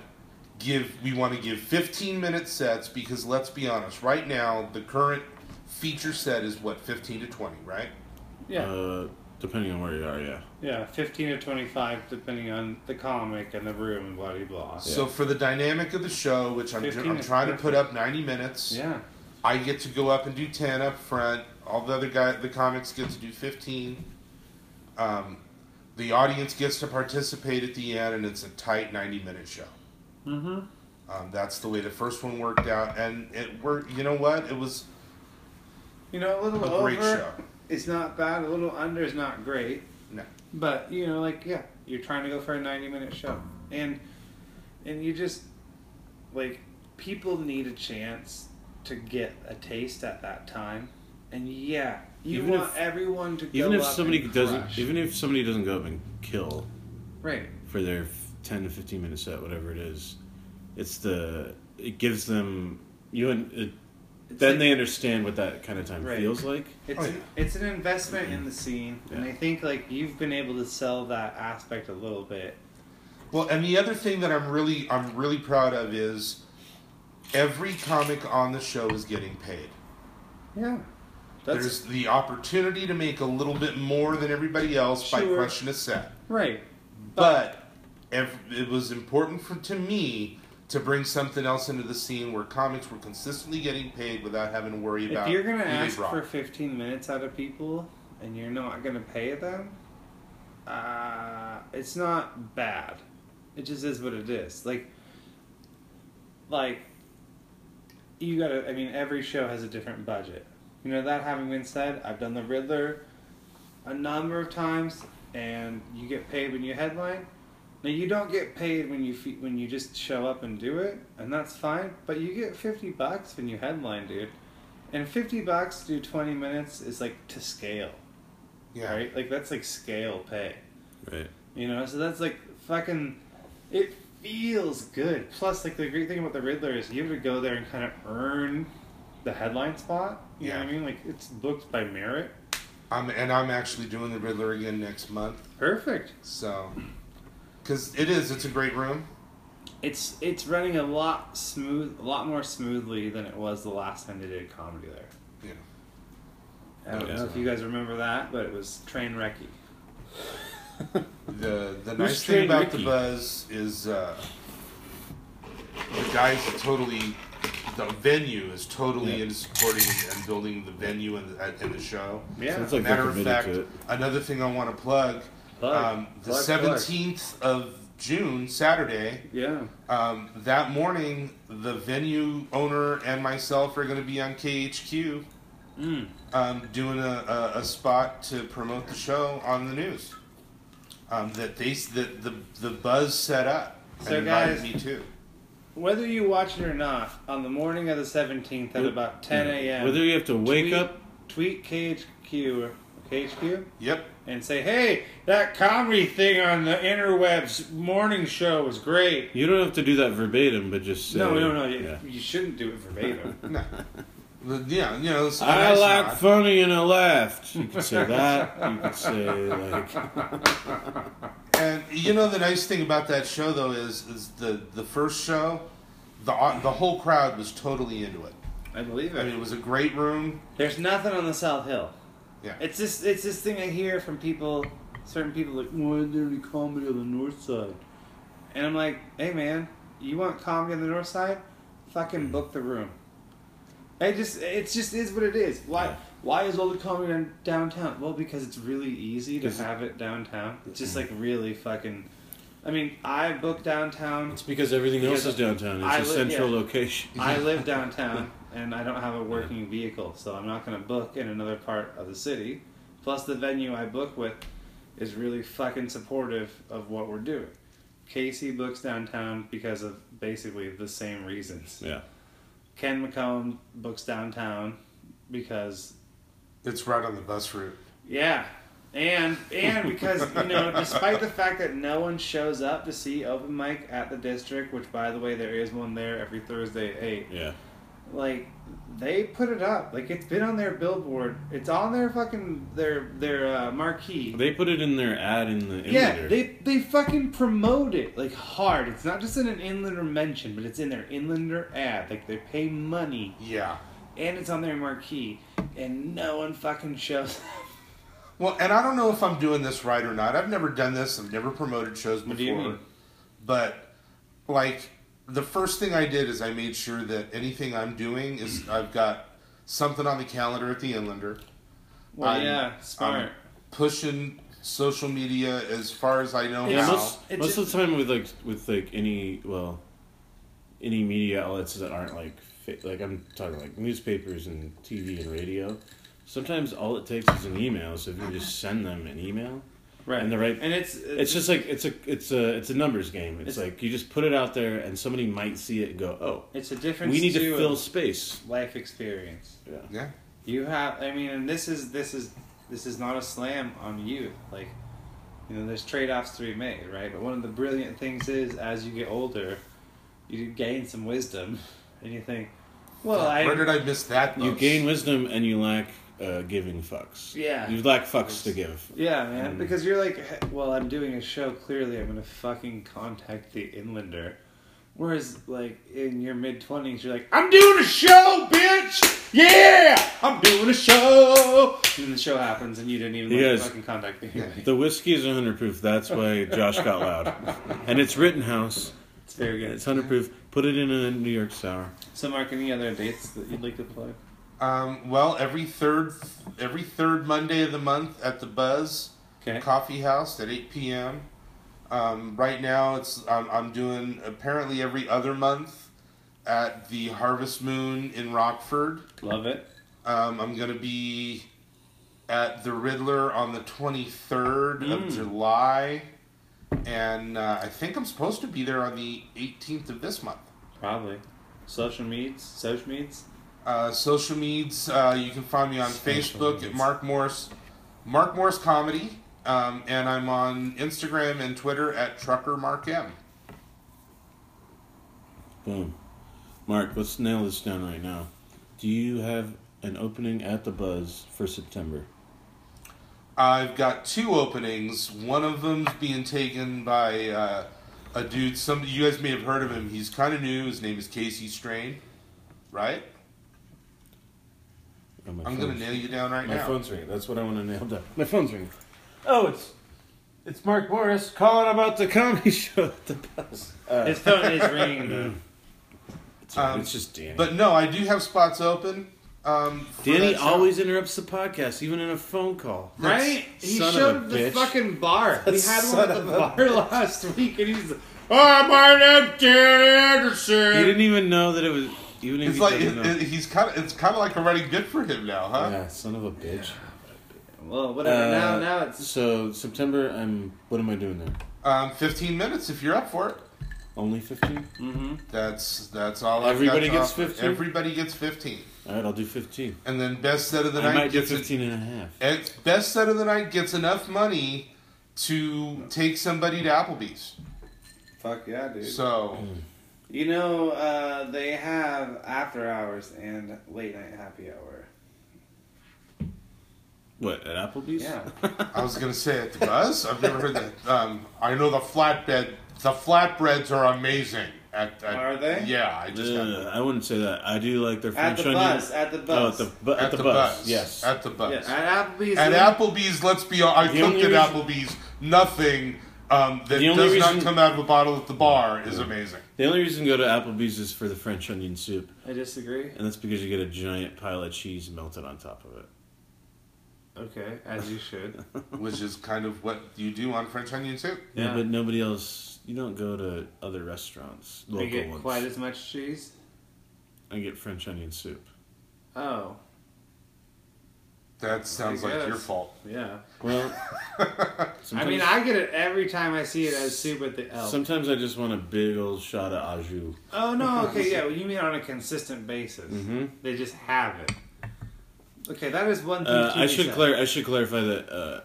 give we want to give 15 minute sets because let's be honest right now the current feature set is what 15 to 20 right Yeah, Uh, Depending on where you are, yeah. Yeah, 15 to 25, depending on the comic and the room and blah, blah, blah. So for the dynamic of the show, which I'm, 15 I'm is trying to put up 90 minutes, Yeah. I get to go up and do 10 up front. All the other guy, the comics get to do 15. Um, the audience gets to participate at the end, and it's a tight 90 minute show. Mm-hmm. Um, that's the way the first one worked out, and it worked. You know what? It was You know, a a little great over show. is not bad. A little under is not great. No. But you know, like yeah, you're trying to go for a 90 minute show, and and you just like people need a chance to get a taste at that time, and yeah, you Even want if- everyone to go Even if up somebody and doesn't, crush. even if somebody doesn't go up and kill right. for their f- ten to fifteen minute set, whatever it is, it's the it gives them you and it, It's then like- they understand what that kind of time Right. feels like. It's, Oh, an- yeah. it's an investment in the scene, and Yeah. I think like you've been able to sell that aspect a little bit. Well, and the other thing that I'm really I'm really proud of is every comic on the show is getting paid. Yeah, that's There's the opportunity to make a little bit more than everybody else by Sure. crushing a set. right. But ev- it was important for to me to bring something else into the scene where comics were consistently getting paid without having to worry about. If you're gonna who they ask brought. for 15 minutes out of people and you're not gonna pay them, uh, it's not bad. It just is what it is. Like, like you gotta. I mean, every show has a different budget. You know that having been said, I've done the Riddler a number of times, and you get paid when you headline. Now you don't get paid when you fe- when you just show up and do it, and that's fine. But you get 50 bucks when you headline, dude. And 50 bucks to do 20 minutes is like to scale, yeah, right? Like that's like scale pay. Right. You know, so that's like fucking. It feels good. Plus, like the great thing about the Riddler is you have to go there and kind of earn the headline spot. You know what I Yeah. mean? Like it's booked by merit. I'm, and I'm actually doing the Riddler again next month, Perfect. so because it is, it's a great room. It's it's running a lot smooth, a lot more smoothly than it was the last time they did comedy there. Yeah. I don't Yeah. know if you guys remember that, but it was train wrecky. The the nice thing trained about the Ricky? Buzz is uh, the guys are totally the venue is totally Yeah. in supporting and building the venue and the, and the show. Yeah. Sounds like they're Matter of committed fact, to it. another thing I want to plug, Plug, um, the plug, plug. seventeenth of June, Saturday. Yeah. Um, that morning, the venue owner and myself are going to be on KHQ Mm. um, doing a, a, a spot to promote the show on the news. Um, that they s- that the the buzz set up So and invited guys- me too. Whether you watch it or not, on the morning of the 17th at Wh- about 10 a.m. Whether you have to wake tweet, up, tweet KHQ or KHQ Yep. and say, "Hey, that comedy thing on the interwebs morning show was great." you don't have to do that verbatim, but just say, no, no, no. You, Yeah. you shouldn't do it verbatim. No. The- yeah, you know. it's a I nice like nod. funny and I laughed. You could say that. You could say like And you know the nice thing about that show though is is the the first show, the au- the whole crowd was totally into it. I believe I mean, it was a great room. There's nothing on the South Hill. Yeah. It's this. It's this thing I hear from people. Certain people like, "Why is there any comedy on the North Side?" And I'm like, "Hey, man, you want comedy on the North Side? Fucking book the room." It just. It just is what it is. Why? Yeah. Why is all the comedy on downtown? Well, because it's really easy to 'Cause- have it downtown. It's just like really fucking. I mean, I book downtown. it's because everything else Because is downtown. It's I a li- central yeah. location. I live downtown and I don't have a working vehicle, so I'm not going to book in another part of the city. Plus, the venue I book with is really fucking supportive of what we're doing. Casey books downtown because of basically the same reasons. Yeah. Ken McComb books downtown because, It's right on the bus route. yeah. And and because you know, despite the fact that no one shows up to see open mic at the district, which by the way there is one there every Thursday at eight, Yeah. like they put it up like it's been on their billboard it's on their fucking their their uh, marquee They put it in their ad in the yeah inlater. they they fucking promote it like hard it's not just in an inlander mention but it's in their inlander ad like they pay money Yeah. and it's on their marquee and no one fucking shows up Well, and I don't know if I'm doing this right or not. I've never done this. I've never promoted shows before. do you mean? But like the first thing I did is I made sure that anything I'm doing is I've got something on the calendar at the Inlander. Well, I'm- yeah, smart. I'm pushing social media as far as I know Yeah, how. most, It most of just- the time with like with like any well, any media outlets that aren't like fa- like I'm talking like newspapers and TV and radio. Sometimes all it takes is an email. So if you just send them an email, right. and the right- And it's it's just like it's a it's a it's a numbers game. It's, It's- like you just put it out there, and somebody might see it and go, "Oh, it's a difference. we need to too, fill of space." life experience. Yeah. yeah. You have, I mean, and this is this is this is not a slam on you. Like, you know, there's trade-offs to be made, right? But one of the brilliant things is, as you get older, you gain some wisdom, and you think, well, I Where did I miss that? You bus? gain wisdom, and you lack uh, giving fucks. Yeah. you lack fucks to give. Yeah, man. Mm. Because you're like, "Hey, well, I'm doing a show. Clearly, I'm gonna fucking contact the Inlander. Whereas, like in your mid twenties, you're like, I'm doing a show, bitch. Yeah, I'm doing a show. And then the show happens, and you didn't even You like, guys- fucking contact anybody. The whiskey is 100 proof. That's why Josh got loud. And it's Rittenhouse. It's very and good. It's 100 proof. Put it in a New York sour. So, Mark, any other dates that you'd like to plug? Um, well, every third every third Monday of the month at the Buzz Okay. Coffee House at eight p.m. Um, right now, it's I'm, I'm doing apparently every other month at the Harvest Moon in Rockford. Love it. Um, I'm gonna be at the Riddler on the 23rd of July, and uh, I think I'm supposed to be there on the 18th of this month. Probably. Social meds. Social meds. Uh, social medias, uh, you can find me on Social Facebook at medias. Mark Morse, Mark Morse Comedy, um, and I'm on Instagram and Twitter at Trucker Mark M. Boom. Mark, let's nail this down right now. Do you have an opening at the Buzz for September? I've got two openings. One of them's being taken by uh, a dude. Some you guys may have heard of him. He's kind of new. His name is Casey Strain, right? Oh, my I'm gonna phone's- nail you down right My now. phone's ringing. That's what I want to nail down. My phone's ringing. Oh, it's it's Mark Morris. Calling about the comedy show at the Buzz. His phone is ringing. Mm. though. It's, all right, Uh, Um, it's just Danny. But no, I do have spots open. Um, for Danny that show. always interrupts the podcast, even in a phone call. Right? He Son of a showed the bitch. fucking bar. We had one Son at the of a bar last week, and he's like, Oh, my name's Danny Anderson. You didn't even know that it was. Even if It's you like didn't it, know. it, he's kind of. It's kind of like already good for him now, huh? yeah, son of a bitch. well, whatever. now, Uh, now it's So September, I'm. What am I doing there? Um, 15 minutes if you're up for it. Only fifteen. That's that's all. Everybody I've got to gets offer. 15? Everybody gets 15, All right, I'll do fifteen. and then best set of the I night might do gets a- 15 and a half. And best set of the night gets enough money to take somebody to Applebee's. fuck yeah, dude. So you know, uh, they have after hours and late night happy hour. What at Applebee's? Yeah. I was gonna say at the buzz. I've never heard that. Um, I know the flatbed. The flatbreads are amazing. At, at- Are they? Yeah, I just got Uh, I wouldn't say that. I do like their at French the onion. bus. At the Oh, at bus. the bu- at, the, bus. Yes. At the bus. yeah, at Applebee's. At they- Applebee's, let's be honest, I The cooked only at reason- Applebee's. Nothing um, that The only does not reason- come out of a bottle at the bar is amazing. the only reason to go to Applebee's is for the French onion soup, I disagree. and that's because you get a giant pile of cheese melted on top of it. Okay, as you should. Which is kind of what you do on French onion soup. Yeah, Yeah. but nobody else. You don't go to other restaurants, local we get ones. quite as much cheese. I get French onion soup. Oh, That sounds like your guess. fault. yeah. Well, I mean, I get it every time I see it as soup at the L. sometimes I just want a big old shot of au jus. Oh no, okay, yeah. Well, you mean on a consistent basis? Mm-hmm. They just have it. Okay, that is one thing. Uh, to I be should said. clar- I should clarify that uh,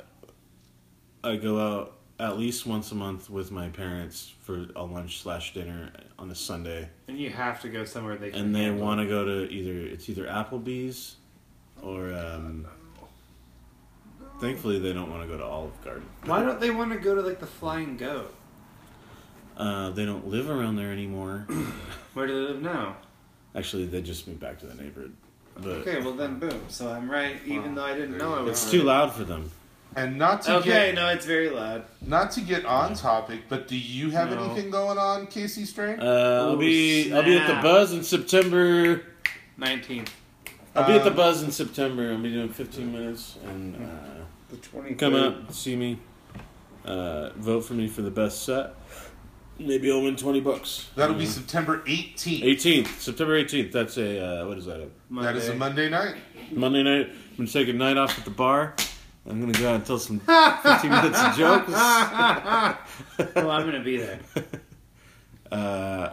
I go out at least once a month with my parents for a lunch slash dinner on a Sunday, And you have to go somewhere they can. and they want to go to either it's either Applebee's or um, thankfully they don't want to go to Olive Garden. Why don't they want to go to like the Flying Goat? Uh, they don't live around there anymore. Where do they live now? Actually, they just moved back to the neighborhood, but Okay, well then, boom. So I'm right, even though I didn't know I was. it's too loud for them. And not to Okay, get no, it's very loud. not to get on topic, but do you have No. anything going on, Casey Strain? Uh, I'll be I'll be at the snap. Buzz in September. 19th. I'll be at the Um, Buzz in September. I'll be doing 15 minutes and uh, The 23rd. come out, see me, uh, vote for me for the best set. Maybe I'll win 20 bucks. That'll be September 18th. 18th, September 18th. That's a uh, what is that? A That is a Monday night. Monday night. I'm gonna take a night off at the bar. I'm gonna go out and tell some 15 minutes of jokes. Well, I'm gonna be there. Uh, uh,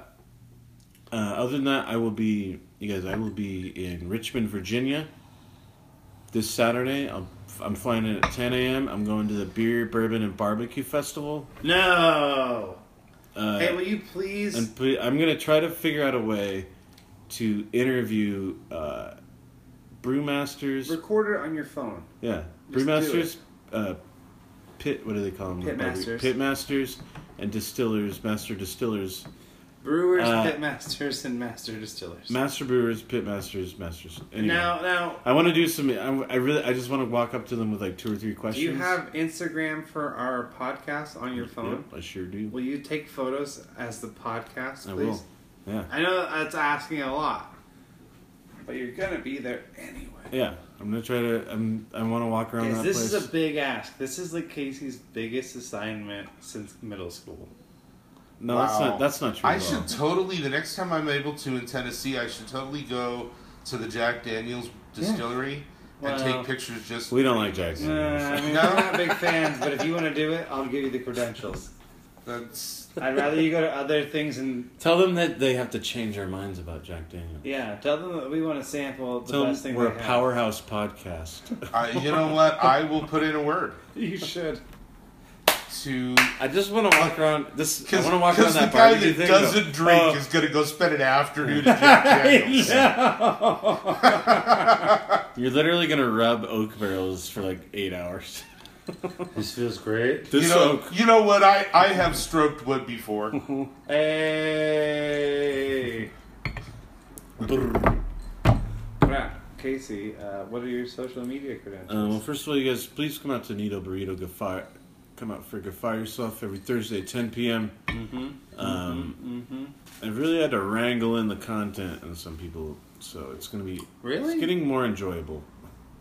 other than that, I will be you guys. I will be in Richmond, Virginia, this Saturday. I'll, I'm flying in at 10 a.m. I'm going to the Beer, Bourbon, and Barbecue Festival. No. Uh, hey, will you please? and ple- I'm gonna try to figure out a way to interview uh, brewmasters. Recorder on your phone. Yeah, Just brewmasters, uh, pit. What do they call them? Pit masters. Pitmasters and distillers, master distillers, Brewers, Uh, pitmasters, and master distillers. master brewers, pitmasters, masters. Anyway. Now, now, I want to do some. I, I really, I just want to walk up to them with like two or three do questions. you have Instagram for our podcast on your phone? Yep, I sure do. Will you take photos as the podcast, please? I will. Yeah, I know that's asking a lot, but you're gonna be there anyway. yeah. I'm gonna try to. I'm. I want to walk around Guys, that this place. is a big ask. This is like Casey's biggest assignment since middle school. no, that's Wow. not. That's not true. I at all. should totally the next time I'm able to in Tennessee, I should totally go to the Jack Daniels distillery and Well- take pictures. Just We don't like Jackson. Nah, I mean, No. we're not big fans, but if you want to do it, I'll give you the credentials. that's I'd rather you go to other things and Tell them that they have to change our minds about Jack Daniel. yeah, tell them that we want to sample the Tell best them thing we're they a have. powerhouse podcast. I, you know what I will put in a word You should. to I just want to walk around this. I because want to walk around the that guy barbecue that thing. doesn't and go, drink "Oh, is gonna go spend an afternoon at Jack Daniels. you're literally gonna rub oak barrels for like eight hours. This feels great. This you know, oak. you know what? I, I have stroked wood before. Hey, Brr. crap, Casey. Uh, what are your social media credentials? Uh, well, first of all, you guys, please come out to Nito Burrito. Go fire, come out for Go Fire Yourself every Thursday at 10 p.m. Mm-hmm. Um, Mm-hmm. I really had to wrangle in the content and some people, so it's gonna be Really? it's getting more enjoyable.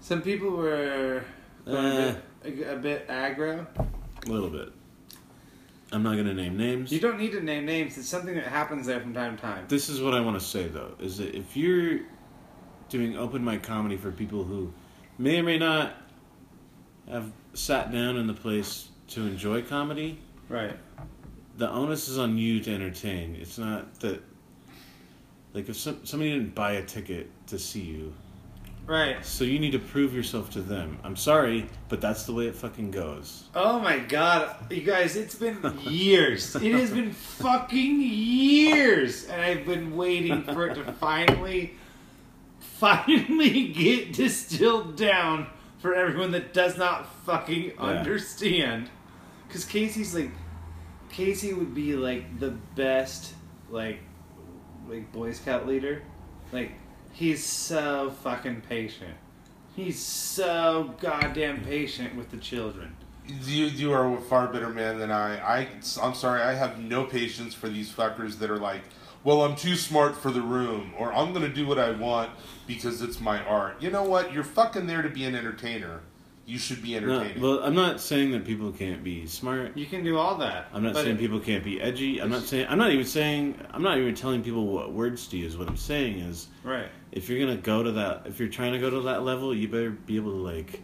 Some people were Uh. a, bit, a, bit aggro. A little bit. I'm not gonna name names. You don't need to name names. It's something that happens there from time to time. This is what I want to say though: is that if you're doing open mic comedy for people who may or may not have sat down in the place to enjoy comedy, Right. the onus is on you to entertain. It's not that, like, if some, somebody didn't buy a ticket to see you, Right. so you need to prove yourself to them. I'm sorry, but that's the way it fucking goes. Oh my god, you guys, it's been years. It has been fucking years. And I've been waiting for it to finally, finally get distilled down for everyone that does not fucking understand. Because Casey's like, Casey would be like the best, like, like Boy Scout leader. Like, he's so fucking patient. He's so goddamn patient with the children. You you are a far better man than I. I I'm sorry. I have no patience for these fuckers that are like, well, I'm too smart for the room, or I'm gonna do what I want because it's my art. You know what? You're fucking there to be an entertainer. You should be No, entertaining. well, I'm not saying that people can't be smart. You can do all that. I'm not But saying it- people can't be edgy. I'm not saying. I'm not even saying. I'm not even telling people what words to use. What I'm saying is, Right. if you're gonna go to that, if you're trying to go to that level, you better be able to like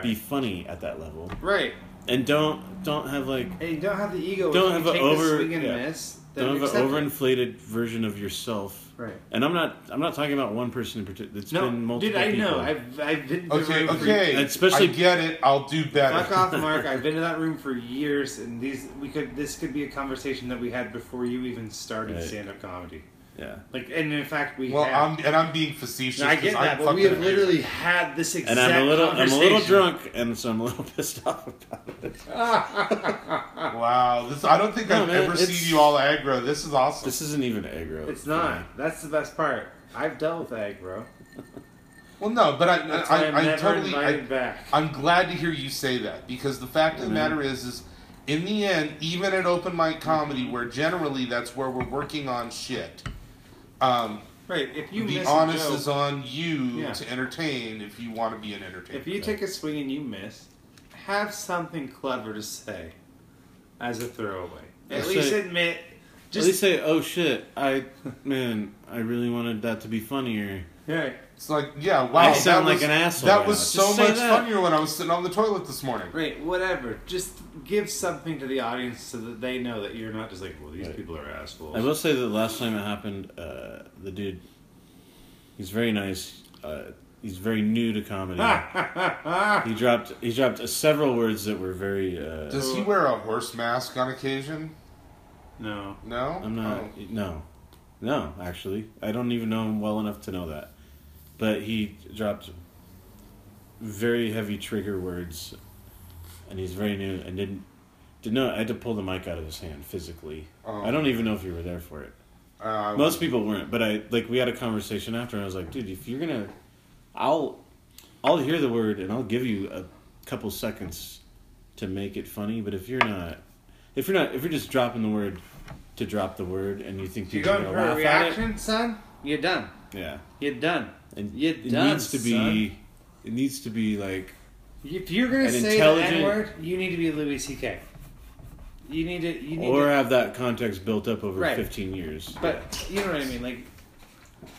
be Right. funny at that level, Right. and don't don't have like And you don't have the ego. Don't if have you a take over- The swing and yeah. miss. then don't have an accept it. overinflated version of yourself. Right. And I'm not. I'm not talking about one person in particular. It's No, been multiple dude, I people. know. I've I've been. To okay, the room for- okay. Especially- I get it. I'll do better. Fuck off, Mark. I've been to that room for years, and these we could this could be a conversation that we had before you even started Right. stand up comedy. yeah. Like, and in fact, we. Well, have. I'm and I'm being facetious. And I get 'cause I'm that, but we fucking have literally had this exact And I'm a little. I'm a little conversation. drunk, and so I'm a little pissed off about it. Wow, this I don't think No, I've man, ever it's- seen you all aggro. This is awesome. This isn't even aggro. It's not. That's the best part. I've dealt with aggro. Well, no, but I, That's I, why I'm I, never totally, invited I, back. I'm glad to hear you say that because the fact of the matter is, is in the end, even at open mic comedy, where generally that's where we're working on shit. Um, Right. If you the miss onus a joke, is on you Yeah. to entertain if you want to be an entertainer. if you take a swing and you miss, have something clever to say as a throwaway. At Let's least say- admit. Just Just At least say, "Oh shit, I man, I really wanted that to be funnier." right. it's like, yeah, wow, I sound that like was, an asshole That right was now. so Just say much that. funnier when I was sitting on the toilet this morning. Right, whatever. Just give something to the audience so that they know that you're not just like, well, these Right. people are assholes. I will say that last time it happened, uh, the dude, he's very nice. Uh, he's very new to comedy. Ah! he dropped he dropped several words that were very. Uh, Does he wear a horse mask on occasion? no. No, I'm not. Oh. No, no. Actually, I don't even know him well enough to know that. But he dropped very heavy trigger words, and he's very new and didn't didn't know. I had to pull the mic out of his hand physically. Oh. I don't even know if you were there for it. Uh, I Most people weren't, but I like we had a conversation after, and I was like, dude, if you're gonna, I'll, I'll hear the word and I'll give you a couple seconds to make it funny. But if you're not, if you're not, if you're just dropping the word to drop the word, and you think You're people are going gonna for a laugh at it, reaction, son? You're done. yeah, You're done. and You're it done, needs to be, it needs to be like If you're gonna An say intelligent- the N word, you need to be Louis C.K. You need to. You need or to. have that context built up over Right. 15 years. But you know what I mean, like.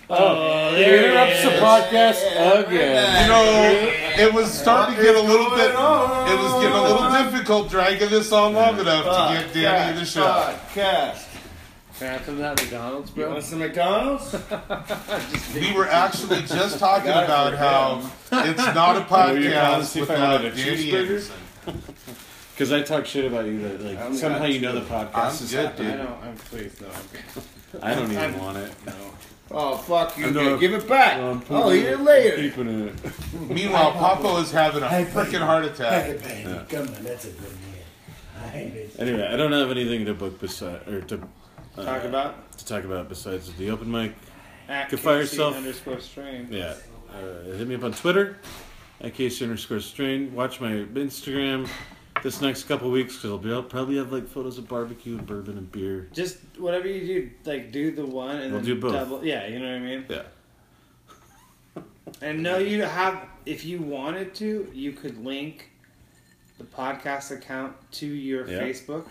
Oh, there interrupts it the is. podcast again. You know, it was starting to get a little bit. It was getting a little difficult dragging this on long enough to get Danny in the show. Podcast. Crap from that McDonald's, You bro. want some McDonald's? We were actually just talking Got it about for how it's not a were you calling to podcast see if I without wanted a Danny cheeseburger? Anderson. because I talk shit about you, that like I'm somehow glad you know the podcast I'm is good, I happening. don't. I'm pleased though. I don't even want it. Oh fuck you! I'm Gonna gonna- give it back. No, I'm pooping I'll eat it. it later. Keeping it. Meanwhile, Papa is having a freaking heart attack. Come on, that's a good man. I hate it. Anyway, I don't have anything to book beside or to uh, Talk about to talk about besides the open mic. at Could fire KC yourself. underscore strain. Yeah, uh, hit me up on Twitter at case underscore strain. Watch my Instagram this next couple weeks because I'll, be, I'll probably have like photos of barbecue and bourbon and beer. Just whatever you do, like do the one and We'll then do both. double. Yeah, you know what I mean. Yeah, And no, you have. If you wanted to, you could link the podcast account to your Yeah. Facebook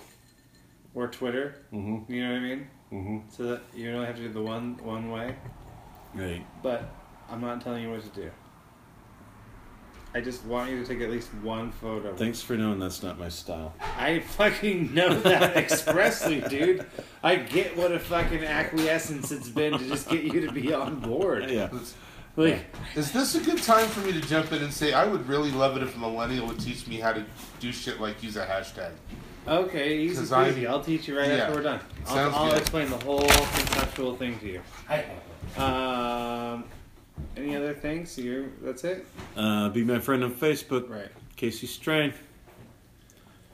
or Twitter. Mhm. You know what I mean. mm-hmm. So that you only have to do the one one way. right. But I'm not telling you what to do. I just want you to take at least one photo. Thanks for knowing that's not my style. I fucking know that expressly, dude. I get what a fucking acquiescence it's been to just get you to be on board. Yeah, Like, Is this a good time for me to jump in and say I would really love it if a millennial would teach me how to do shit like use a hashtag? okay, easy 'Cause I- peasy. I'll teach you right Yeah. after we're done. I'll, Sounds I'll good. explain the whole conceptual thing to you. Um, any other things? You that's it, uh, be my friend on Facebook, right? Casey Strain.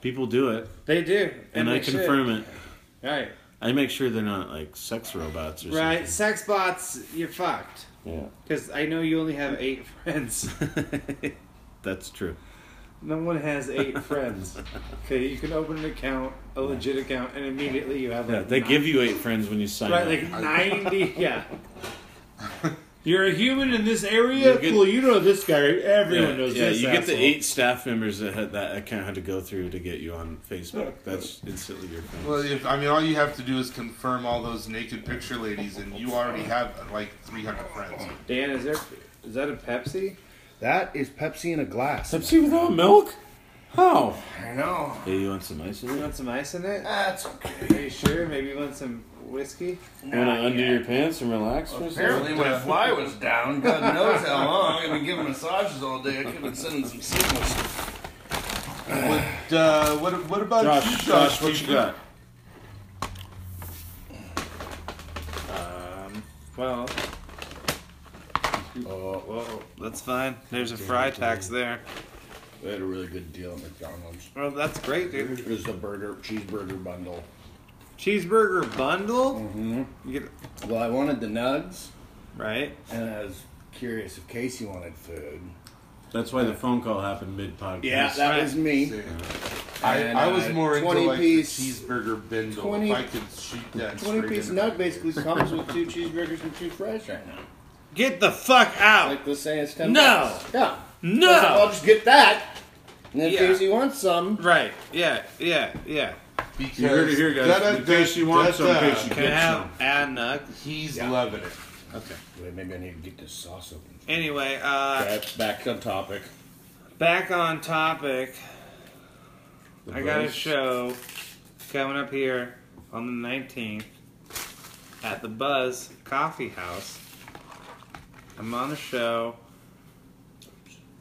People do it, They do, and, I they should. confirm it. Right, I make sure they're not like sex robots or right. Sex bots, you're fucked. something. Because I know you only have eight friends. Yeah, that's true. No one has eight friends. Okay, you can open an account, a legit account, and immediately you have. Yeah, like they nine- give you eight friends when you sign right up. like ninety. Yeah. You're a human in this area. You get- well, you know this guy. right? Everyone yeah, knows yeah, this. you get the asshole. eight staff members that had that account had to go through to get you on Facebook. That's instantly your friends. Well, if, I mean, all you have to do is confirm all those naked picture ladies, and you already have like 300 friends. Dan, is there? Is that a Pepsi? That is Pepsi in a glass. Pepsi without milk? How? I know. Hey, you want some ice in You it? want some ice in it? That's okay. Are you sure? Maybe you want some whiskey? You want to undo your pants and relax for a second? Apparently, when a fly was down, God knows how long, I've been giving massages all day. I could have been sending some signals. What, uh, what, what about you, Josh, Josh, what Do you got? Well. Oh, whoa, that's fine. There's a fry tax there. They had a really good deal at McDonald's. Well, that's great, dude. It was the burger cheeseburger bundle. Mm-hmm. Cheeseburger bundle? You get Well, I wanted the nugs, right. and as curious if Casey wanted food. That's why the phone call happened mid podcast. Yeah, that was me. I, And, I was uh, more into 20 like piece- the cheeseburger bindle. 20 if I could shoot that Twenty straight piece in the nug back. basically comes with two cheeseburgers and two fries right now. Get the fuck out! Like let's say it's ten. No. bucks. Yeah. So I'll just get that. And if Yeah. Casey wants some, Right. Yeah. Yeah. Yeah. Because You heard it here, guys. da- da- in case you want da- some, da- in case you Can I get some. have ad nug? uh, He's Yeah. loving it. Okay. Wait, maybe I need to get this sauce open. Anyway, uh, Okay, back on topic. back on topic. The I got a boys. show coming up here on the 19th at the Buzz Coffee House. I'm on the show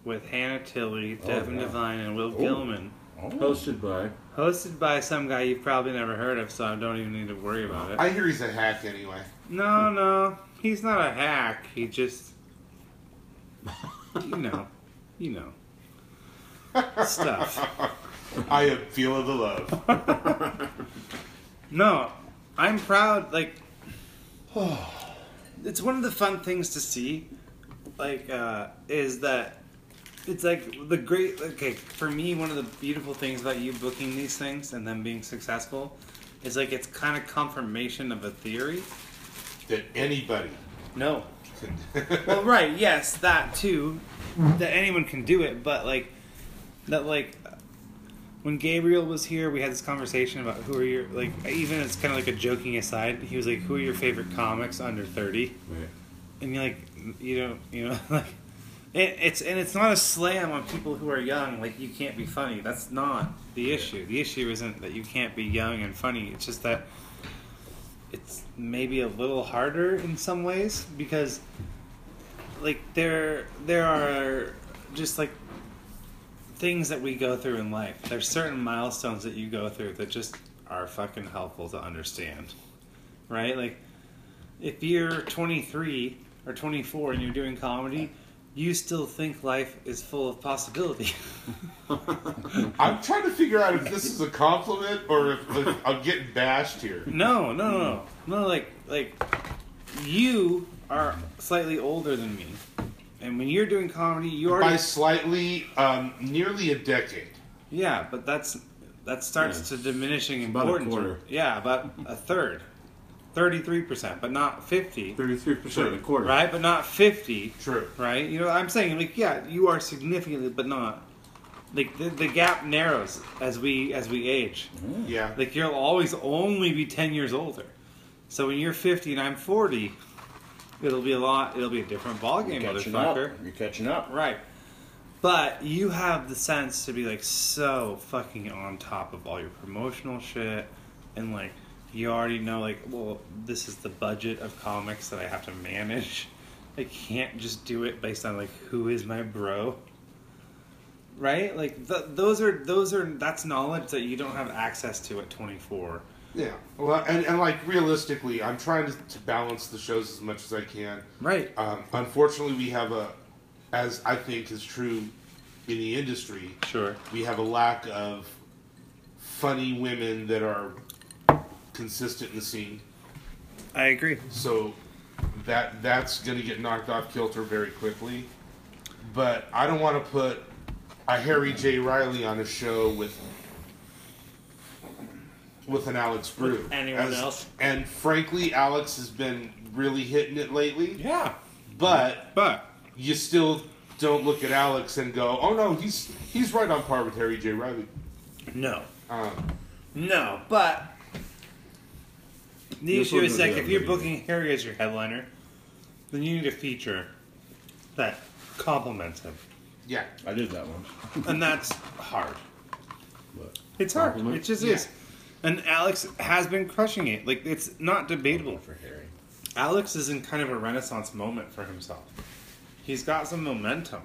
with Hannah Tilley, Oh, Devin yeah. Devine, and Will Ooh. Gilman. Oh, Hosted by. Hosted by some guy you've probably never heard of, so I don't even need to worry about it. I hear he's a hack anyway. No, no, he's not a hack. He just, you know, you know, stuff. I feel the love. No, I'm proud. Like, it's one of the fun things to see. Like, uh, is that it's like the great. Okay, for me, one of the beautiful things about you booking these things and them being successful is like it's kind of confirmation of a theory. that anybody No, can. well, right, yes, that too. That anyone can do it, but like that, like when Gabriel was here, we had this conversation about who are your like. Even it's kind of like a joking aside. He was like, "Who are your favorite comics under 30? Wait. And you're like, you know, you know, like it, it's and it's not a slam on people who are young. Like you can't be funny. That's not the issue. The issue isn't that you can't be young and funny. It's just that it's maybe a little harder in some ways because like there there are just like things that we go through in life. There's certain milestones that you go through that just are fucking helpful to understand. Right? Like if you're 23 or 24 and you're doing comedy, you still think life is full of possibility. I'm trying to figure out if this is a compliment or if, if I'm getting bashed here. no, no, no, no, no. Like, like you are slightly older than me, and when you're doing comedy, you By already slightly, um, nearly a decade. yeah, but that's that starts to diminishing about a importance. quarter. Yeah, about a third, thirty-three percent, but not fifty. 33% of the quarter. Right, but not fifty. True. right? You know, I'm saying like, yeah, you are significantly, but not like the, the gap narrows as we as we age. Yeah. Like you'll always only be ten years older. So when you're 50 and I'm 40, it'll be a lot. It'll be a different ballgame, you're catching up. motherfucker. You're catching up. Right. But you have the sense to be like so fucking on top of all your promotional shit and like you already know like well this is the budget of comics that I have to manage. I can't just do it based on like who is my bro. Right? Like th- those are those are that's knowledge that you don't have access to at 24. Yeah. Well, and, and like realistically, I'm trying to, to balance the shows as much as I can. Right. Um, unfortunately, we have a, as I think is true in the industry, Sure. we have a lack of funny women that are consistent in the scene. I agree. So that that's going to get knocked off kilter very quickly. But I don't want to put a Harry J. Riley on a show with with an Alex Brew. anyone else. And frankly, Alex has been really hitting it lately. Yeah. But But you still don't look at Alex and go, "Oh no, he's he's right on par with Harry J. Riley." no. Um, No, but the You're issue is still like gonna do if that you're movie. booking Harry as your headliner, then you need a feature that complements him, yeah, I did that one. and that's hard. But It's hard. Compliment? It just is. And Alex has been crushing it. Like it's not debatable. for Harry. Alex is in kind of a renaissance moment for himself. He's got some momentum.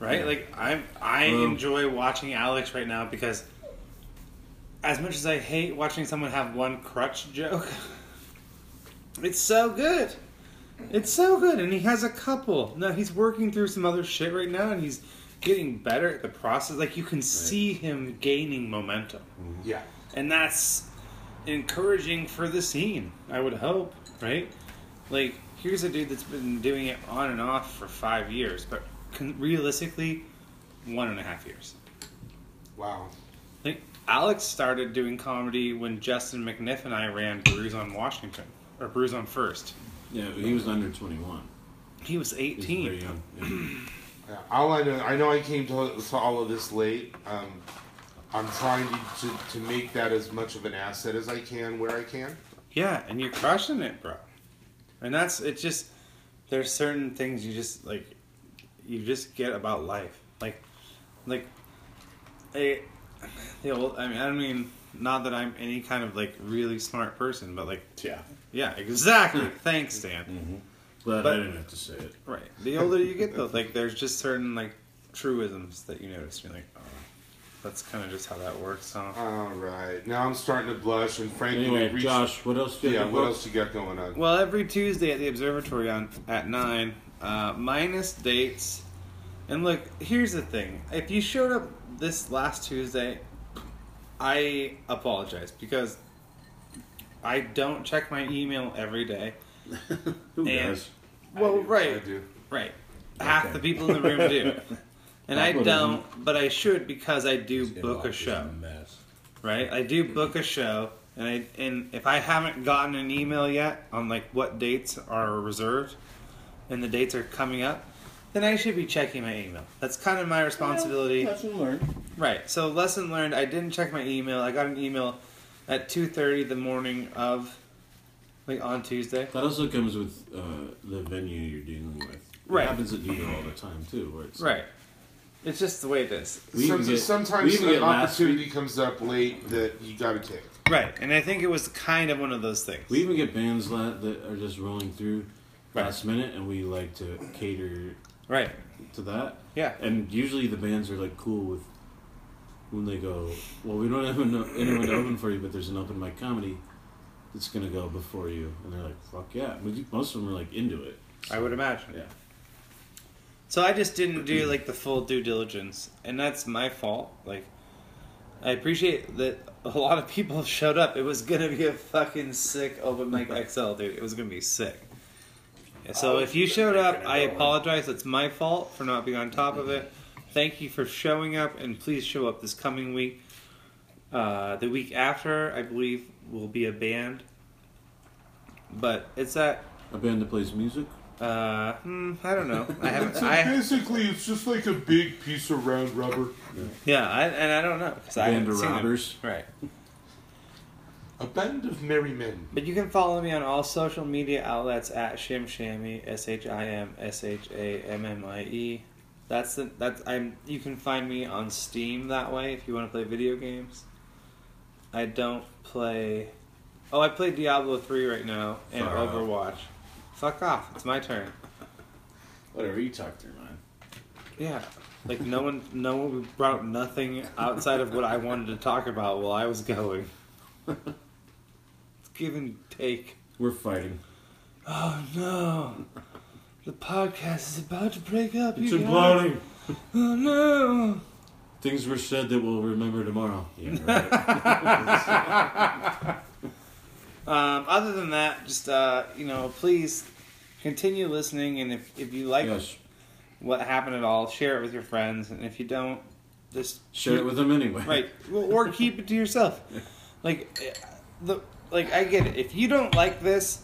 Right? Like I'm I Um, enjoy watching Alex right now because as much as I hate watching someone have one crutch joke, it's so good. It's so good and he has a couple. No, he's working through some other shit right now and he's getting better at the process. Like you can see him gaining momentum yeah. and that's encouraging for the scene i would hope right Like, here's a dude that's been doing it on and off for five years, but can, realistically, one and a half years. Wow. Like, Alex started doing comedy when Justin McNiff and I ran Brews on Washington, or Brews on First. Yeah, but he was under 21. He was He was very 18. young. Yeah. Yeah, all I know, I know I came to, to all of this late. Um, I'm trying to, to, to make that as much of an asset as I can where I can. Yeah, and you're crushing it, bro. And that's, it's just, there's certain things you just, like, you just get about life. Like, like, I, the old, I mean, I don't mean, not that I'm any kind of, like, really smart person, but, like, yeah. yeah, exactly. Thanks, Dan. Glad But- I didn't have to say it. Right. The older you get, though, like there's just certain like truisms that you notice. You're like, oh, that's kind of just how that works. Huh? All right, now I'm starting to blush, and frankly, we Anyway, reached- Josh, what else do you Yeah, have? what else you got going on? Well, every Tuesday at the observatory on at nine, uh, minus dates. And look, here's the thing: if you showed up this last Tuesday, I apologize because I don't check my email every day. Who And- does? Well, right. I do. Right. Half the people in the room do. And I Pablo don't, but I should because I do book a Inbox is show, mess. right? I do book a show, and I and if I haven't gotten an email yet on like what dates are reserved, and the dates are coming up, then I should be checking my email. That's kind of my responsibility, Lesson learned. right? So lesson learned: I didn't check my email. I got an email at two thirty the morning of, like on Tuesday. That also comes with uh, the venue you're dealing with. Right. It happens at New all the time too, where it's Right. It's just the way it is. We even Some- get- we sometimes even an get last opportunity comes up late that you got to take. Right, and I think it was kind of one of those things. We even get bands la- that are just rolling through last minute, and we like to cater right, to that. yeah, And usually the bands are like cool with when they go, well, we don't have ano- anyone to open for you, but there's an open mic comedy that's gonna go before you, and they're like, fuck yeah. We- Most of them are like into it. I would imagine. Yeah. So I just didn't do like the full due diligence, and that's my fault. Like, I appreciate that a lot of people showed up. It was gonna be a fucking sick open mic XL, dude. It was gonna be sick. And So if you showed up, I apologize. It's my fault for not being on top of it. Thank you for showing up, and please show up this coming week. Uh, the week after, I believe, will be a band, but it's at A band that plays music. uh, hmm, I don't know. I haven't. So I, basically, it's just like a big piece of round rubber. yeah, I, and I don't know because I Band haven't of seen them. robbers. Right, A band of merry men. but you can follow me on all social media outlets at Shim Shammy S H I M S H A M M I E. That's the that's I'm. You can find me on Steam that way if you want to play video games. I don't play. Oh, I play Diablo three right now and Fuck off. Overwatch. Fuck off! It's my turn. Whatever you talk to your mind. Yeah. Like no one no one brought nothing outside of what I wanted to talk about while I was going. It's give and take. We're fighting. Oh no. The podcast is about to break up. It's you guys. imploding. Oh no. Things were said that we'll remember tomorrow. Yeah, right. Um, other than that, just uh, you know, please continue listening and if, if you like yes. what happened at all, share it with your friends and if you don't, just Share it with them anyway. Right. Well, or keep it to yourself. Like eh, the like I get it. If you don't like this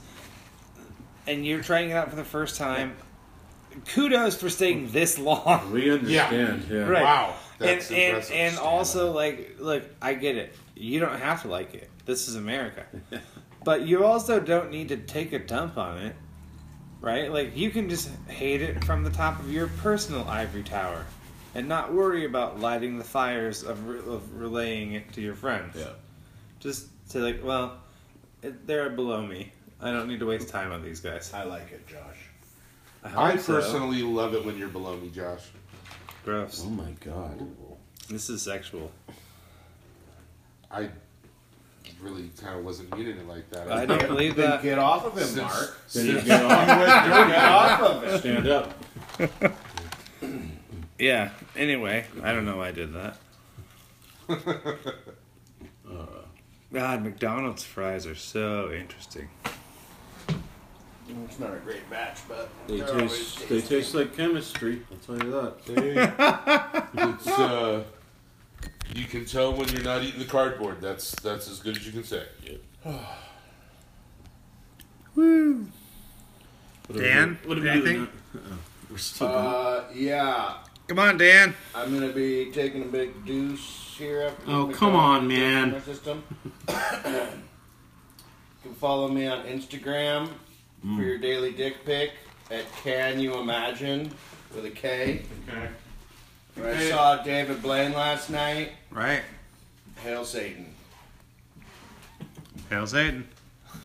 and you're trying it out for the first time, kudos for staying this long. We understand. Yeah. Right. Wow, that's and and, impressive, and Stan. also like look, I get it. You don't have to like it. This is America. but you also don't need to take a dump on it. Right? Like you can just hate it from the top of your personal ivory tower and not worry about lighting the fires of, re- of relaying it to your friends. Yeah. Just say like, well, it, they're below me. I don't need to waste time on these guys. I like it, Josh. I hope so. personally love it when you're below me, Josh. gross. Oh my god. This is sexual. I really kind of wasn't meaning it like that. I don't believe Then that. get off of him, Since- Mark. Then since you get off. you went dirty. Get off of it. Stand up. Yeah. Anyway, I don't know why I did that. God, McDonald's fries are so interesting. It's not a great batch, but They they're always taste. They tasty. taste like chemistry. I'll tell you that. They- It's uh, you can tell when you're not eating the cardboard. That's that's as good as you can say. what are Dan, we- what are we anything? doing now? Uh-oh. We're still going. Uh, yeah. Come on, Dan. I'm gonna be taking a big deuce here. After Oh, the come McDonald's on, in man. My system. you can follow me on Instagram Mm. for your daily dick pic at Can You Imagine with a K. Okay. Where I saw David Blaine last night. Right. Hail Satan. Hail Satan.